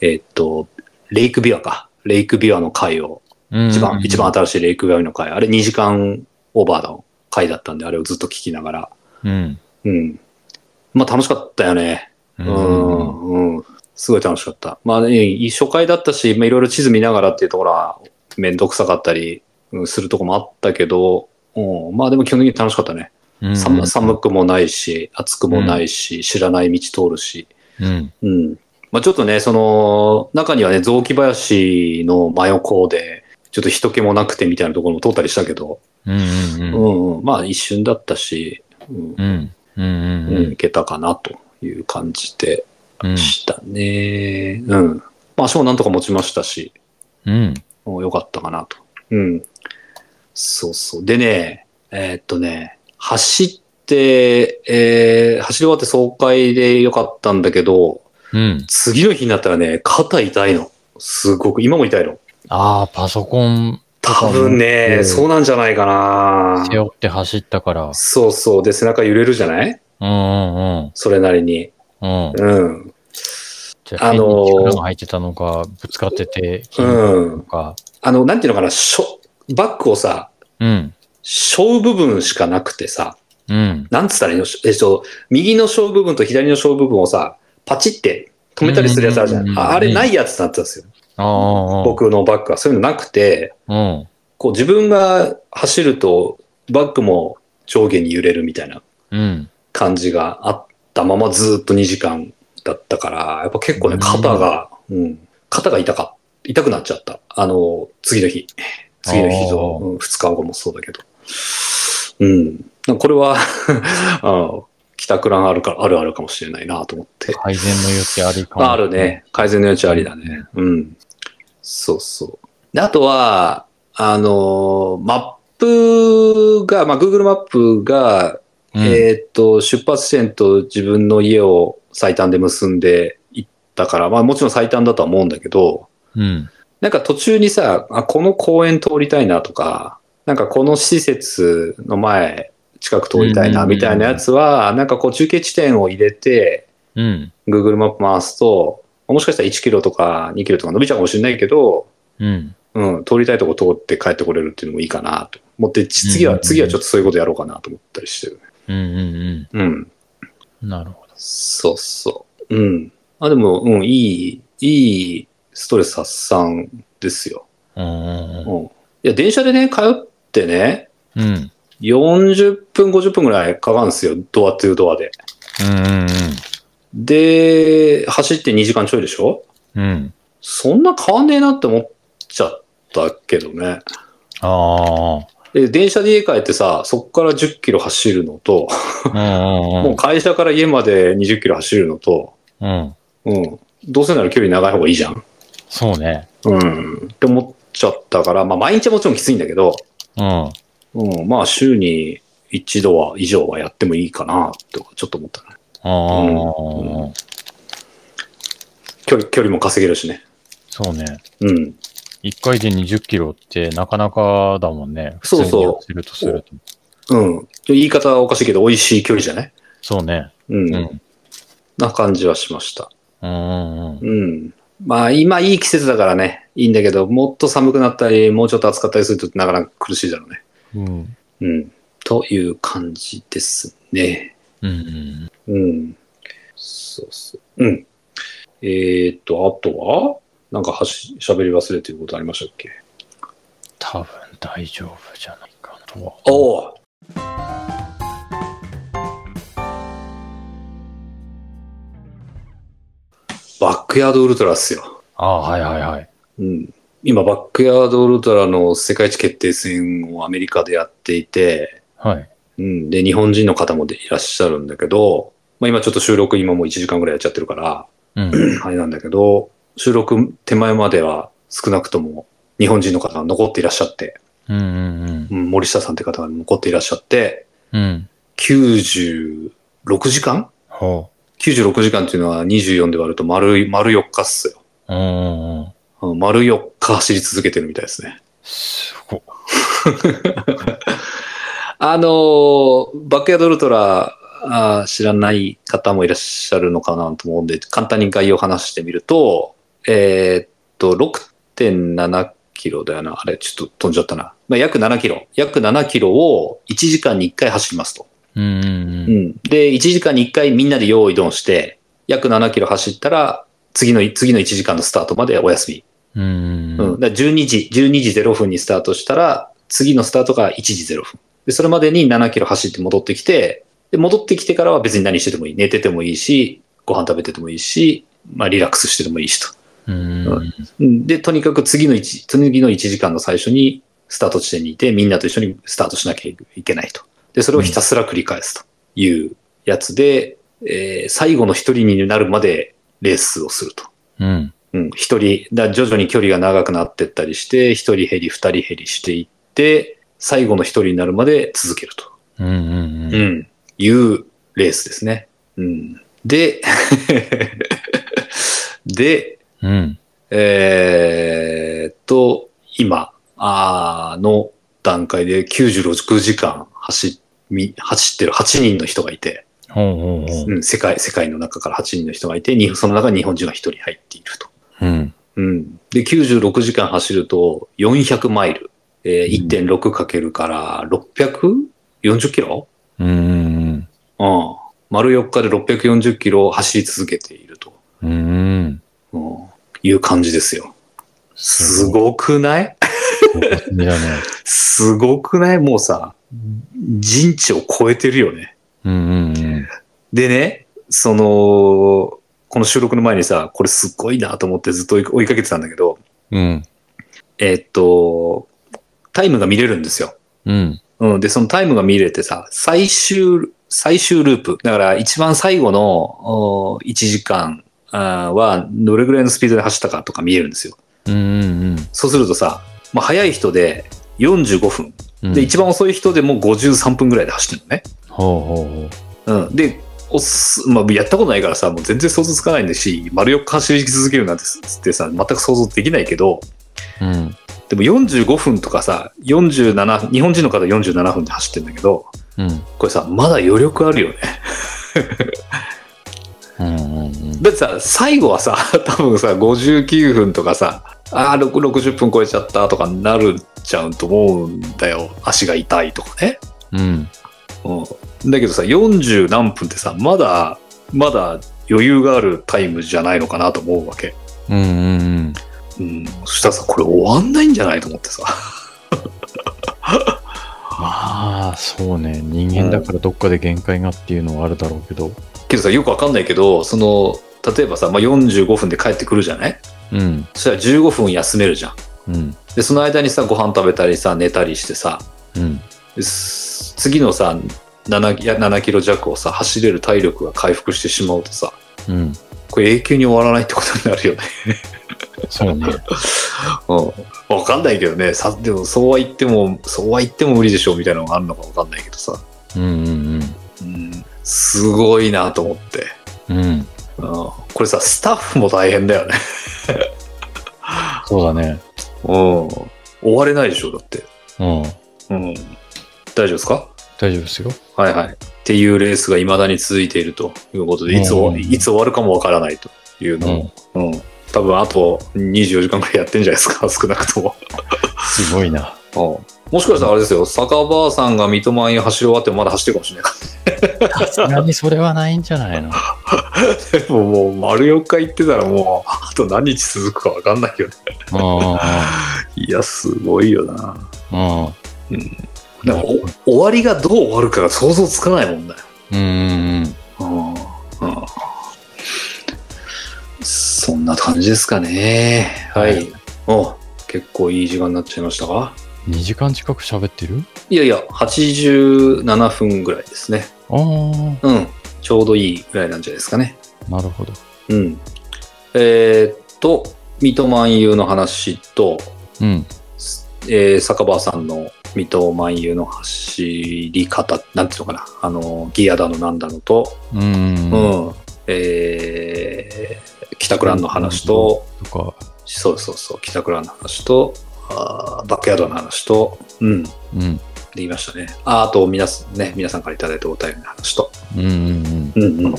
えーっと、レイクビワか。レイクビワの回を、
うん。
一番、一番。新しいレイクビワの回。あれ2時間オーバーの回だったんで、あれをずっと聞きながら、
うん。
うん。まあ楽しかったよね。
う。
うんん。うん。すごい楽しかった。まあね、い初回だったし、まあいろいろ地図見ながらっていうところは、めんどくさかったり、うんするとこもあったけど、うん、まあでも基本的に楽しかったね。
うん。
寒寒くもないし、暑くもないし、知らない道通るし。
うん。
うん。まあちょっとね、その、中にはね、雑木林の真横で、ちょっと人気もなくてみたいなところも通ったりしたけど、
うんうん
う
うん。
ん、うん、まあ一瞬だったし、うん、
うん。
う、
うんうんうん
い
ん。
けたかなという感じで
うん。
したね。うん。まあ、足もなんとか持ちましたし、
うん。
うんよかったかなと。うん。そうそう。でね、えーっとね、走って、えー走り終わって爽快でよかったんだけど、
うん。
次の日になったらね、肩痛いの。すごく、今も痛いの。
ああ、パソコン
多分ね、
うん
そうなんじゃないかな。
背負って走ったから。
そうそう。で、背中揺れるじゃない
うんうん
それなりに。
うん。うん。
うん。
じゃあ、
あのー
力が入ってたのか、ぶつかってて、
うん
とか。
あの、なんていうのかな、しょ、バッグをさ、
うん。
小部分しかなくてさ、
うん。
なんつったらいいのえっと、右の小部分と左の小部分をさ、パチって止めたりするやつあるじゃ。
うんうんんうん
ああれないやつだったんですよ。
ああ。。
僕のバッグは。そういうのなくて、
うん。
こう自分が走ると、バッグも上下に揺れるみたいな
うん。
感じがあったままずーっと2時間だったから、やっぱ結構ね、
うん
肩が、うん、肩が痛か、痛くなっちゃった。あの、次の日。次の日
あ
と、
ー
うん、2日後もそうだけど。うん。なんかこれは <laughs> あの、帰宅欄あるか、あるあるかもしれないなと思って。
改善の余地ありかも。
あるね。。改善の余地ありだね。うん。そうそう。であとは、あのーマップが、まあ、Google マップが、
うん。
えーっと、出発地点と自分の家を最短で結んでいったから、まあもちろん最短だとは思うんだけど、
うん。
なんか途中にさ、あ、この公園通りたいなとか、なんかこの施設の前、近く通りたいなみたいなやつは、なんかこう中継地点を入れて、
うん。
Google マップ回すと、もしかしたら1キロとか2キロとか伸びちゃうかもしれないけど、
うん。
うん、通りたいとこ通って帰ってこれるっていうのもいいかなと思って、ち次
う
は、
んうんうん
次はちょっとそういうことやろうかなと思ったりしてるね。
うん。うん。
うん。
うん。なるほど。
そうそう。うん。あ、でも、うん、いい、いいストレス発散ですよ。
うん。
うん。いや、電車でね、通ってね、
うん。うん。
40分、50分ぐらいかかるんですよ。ドアトゥードアで。
うん。
で、走って2時間ちょいでしょ
うん。うん。
そんな変わんねえなって思っちゃったけどね。
あ
で、電車で家帰ってさ、そっから10キロ走るのと、
あ。うん。
もう会社から家まで20キロ走るのと、
うん。うん。
うん。どうせなら距離長い方がいいじゃん。
そうね。
うん、って思っちゃったから、まあ毎日はもちろんきついんだけど、
うん。
うん、まあ週に一度は、以上はやってもいいかな、とかちょっと思ったね。
あああ、
うん距離、距離も稼げるしね。
そうね。
うん。
1回で20キロってなかなかだもんね。
そうそう
するとすると。
うん。言い方はおかしいけど、美味しい距離じゃない
そうね。
うん。
うん
な感じはしました。
うんうんうん。
うん。まあ、今いい季節だからね、いいんだけど、もっと寒くなったり、もうちょっと暑かったりするとなかなか苦しいだろうね。
うん。
うん。という感じですね。
うんうん。
うん。そうそう。うん。えーっと、あとはなんかはし、喋り忘れてることありましたっけ
多分大丈夫じゃないかなとは。
おおバックヤードウルトラっすよ。
ああ、はいはいはい。
うん。今、バックヤードウルトラの世界一決定戦をアメリカでやっていて、
はい。
うん。で、日本人の方もでいらっしゃるんだけど、まあ今ちょっと収録今もう1時間ぐらいやっちゃってるから、
うん。
あれなんだけど、収録手前までは少なくとも日本人の方が残っていらっしゃって、
うんうん
うん、森下さんって方が残っていらっしゃって、
うん。うん。
96時間
ほ
?96 時間っていうのは24で割ると丸い、丸4日っすよ。
う。うんうんうん。
うん丸4日走り続けてるみたいですね。
すごっ。
あのーバックヤードウルトラ、あー知らない方もいらっしゃるのかなと思うんで、簡単に概要を話してみると、えーっと、6.7キロだよな。あれ、ちょっと飛んじゃったな。まあ、約7キロ。約7キロを1時間に1回走りますと。
うんう
うんん。で、1時間に1回みんなで用意ドンして、約7キロ走ったら、次の、次の1時間のスタートまでお休み。
うん。うんう
うんん。だから12時、12時0分にスタートしたら、次のスタートが1時0分。で、それまでに7キロ走って戻ってきて、で、戻ってきてからは別に何しててもいい。寝ててもいいし、ご飯食べててもいいし、まあ、リラックスしててもいいしと。
うん。うん
うんで、とにかく次の1、次の1時間の最初に、スタート地点にいて、みんなと一緒にスタートしなきゃいけないと。で、それをひたすら繰り返すというやつで、えー最後の一人になるまでレースをすると。
うん。
うん、一人、だ徐々に距離が長くなってったりして、一人減り、二人減りしていって、最後の一人になるまで続けると。
うんうん
う
うん。
ん、いうレースですね。うん、で、 <laughs> で、
うん。
えーっと、今あーの段階で96時間走み走ってる8人の人がいて、
ほうほうほ
うん、世界、世界の中から8人の人がいて、にその中に日本人が1人入っていると。
う。うん。
うん。で、96時間走ると400マイル。えー、1.6かけるから640キロ
うんうん
うん。丸4日で640キロを走り続けていると、
うん。うん。
うん、いう感じですよ。すごくない <laughs>
いやね。
すごくないもうさ、人知を超えてるよね。
うんうんうん。
でね、その、この収録の前にさ、これすっごいなと思ってずっと追い追いかけてたんだけど、
うん。
えーっと、タイムが見れるんですよ。
うん。
うん。で、そのタイムが見れてさ、最終、最終ループ。だから一番最後の1時間あーはどれぐらいのスピードで走ったかとか見えるんですよ。
うんうん
そうするとさ、まあ、早い人で45分。
うん。
で、一番遅い人でもう53分ぐらいで走ってるのね。
ほうほうほ
うん、でおす、まあ、やったことないからさもう全然想像つかないんだし丸4日走り続けるなんてつってさ全く想像できないけど
う。うん。
でも45分とかさ47日本人の方47分で走ってんだけど
うん。
これさまだ余力あるよね
うんうんうん。
だってさ最後はさ <laughs> 多分さ59分とかさあー6 60分超えちゃったとかなるちゃうと思うんだよ足が痛いとかね、
うん。
うん、だけどさ40何分ってさまだまだ余裕があるタイムじゃないのかなと思うわけ
うんうんうん。
うん、そしたらさ、これ終わんないんじゃないと思ってさ。 <laughs>
まあ、そうね。人間だからどっかで限界がっていうのはあるだろうけど。
けどさ、よくわかんないけど、その、例えばさ、まあ、45分で帰ってくるじゃない
うん。
そしたら15分休めるじゃん。
うん。
で、その間にさ、ご飯食べたりさ、寝たりしてさ、
うん。
です次のさ、7, いや7キロ弱をさ、走れる体力が回復してしまうとさ、
うん。
これ永久に終わらないってことになるよね。
そうね。
<laughs> うん。わかんないけどね。さ、でも、そうは言っても、そうは言っても無理でしょうみたいなのがあるのかわかんないけどさ。
うんうんうん。
うんすごいなと思って。
うん。
うん、これさ、スタッフも大変だよね。
そうだね。
うん。終われないでしょ、だって。
うん。
うん。大丈夫ですか
大丈夫ですよ。
はいはい。っていうレースが未だに続いているということで、いつ終
うんうん
わ
うん
いつ終わるかもわからないという
う
のを
ん。
うん。多分あと24時間くらいやってんじゃないですか、 <laughs> 少なくとも。
すごいな。
うん。もしかしたらあれですよ、坂場さんが三笘に走り終わってもまだ走ってるかもしれないか
さすがにそれはないんじゃないの
ら。でも <laughs> もう丸4日行ってたらもう、あと何日続くかわかんないよね。いや、すごいよな。
うん。うん。
でもお終わりがどう終わるかが想像つかないもんだよ。
うん。うん。
うんうんそんな感じですかね。は。
はい
お結構いい時間になっちゃいましたか
2時間近く喋ってる
いやいや、87分ぐらいですね。
ああ。
うん。ちょうどいいぐらいなんじゃないですかね。
なるほど。
うん。えーっと、三笘優の話と、
うん。
えー坂場さんの水戸万有の走り方、なんていうのかな、あの、ギアだのなんだのと、
う
う
ん。
ん、えー、北クランの話と、
とか、
そうそうそう、北クランの話と、あーバックヤードの話と、うん、で
うん。
きましたね。ああと、皆さんね、皆さんからいただいたお便りの話と、
うんうんうん。
うんうん。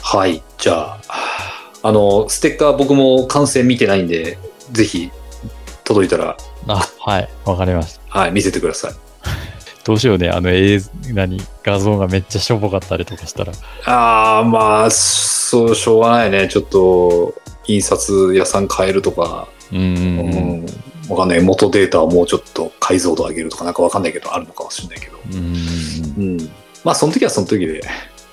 はい、じゃあ、あの、ステッカー僕も完成見てないんで、ぜひ、届いたら、
あ、はい。わかりました。
はい、見せてください。
どうしようね。あの映像、何、画像がめっちゃしょぼかったりとかしたら。
ああ、まあ、そう、しょうがないね。ちょっと、印刷屋さん変えるとか、
うんうん
う
うん。
ん、わかんない。元データをもうちょっと解像度上げるとか、なんかわかんないけど、あるのかもしれないけど。
うんうんうん。
うん。まあ、その時はその時で、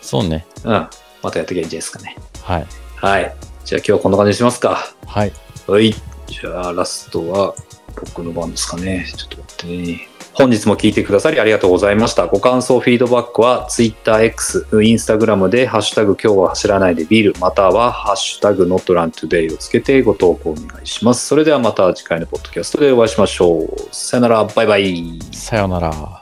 そうね。
うん。またやっていけばいいんじゃないですかね。
はい。
はい。じゃあ今日はこんな感じにしますか。
はい。
はい。じゃあ、ラストは、僕の番ですかね。ちょっと待ってね。本日も聞いてくださりありがとうございました。ご感想、フィードバックは TwitterX、Instagram で、ハッシュタグ今日は走らないでビール、またはハッシュタグ NotRunToday をつけてご投稿お願いします。それではまた次回のポッドキャストでお会いしましょう。さよなら、バイバイ。
さよなら。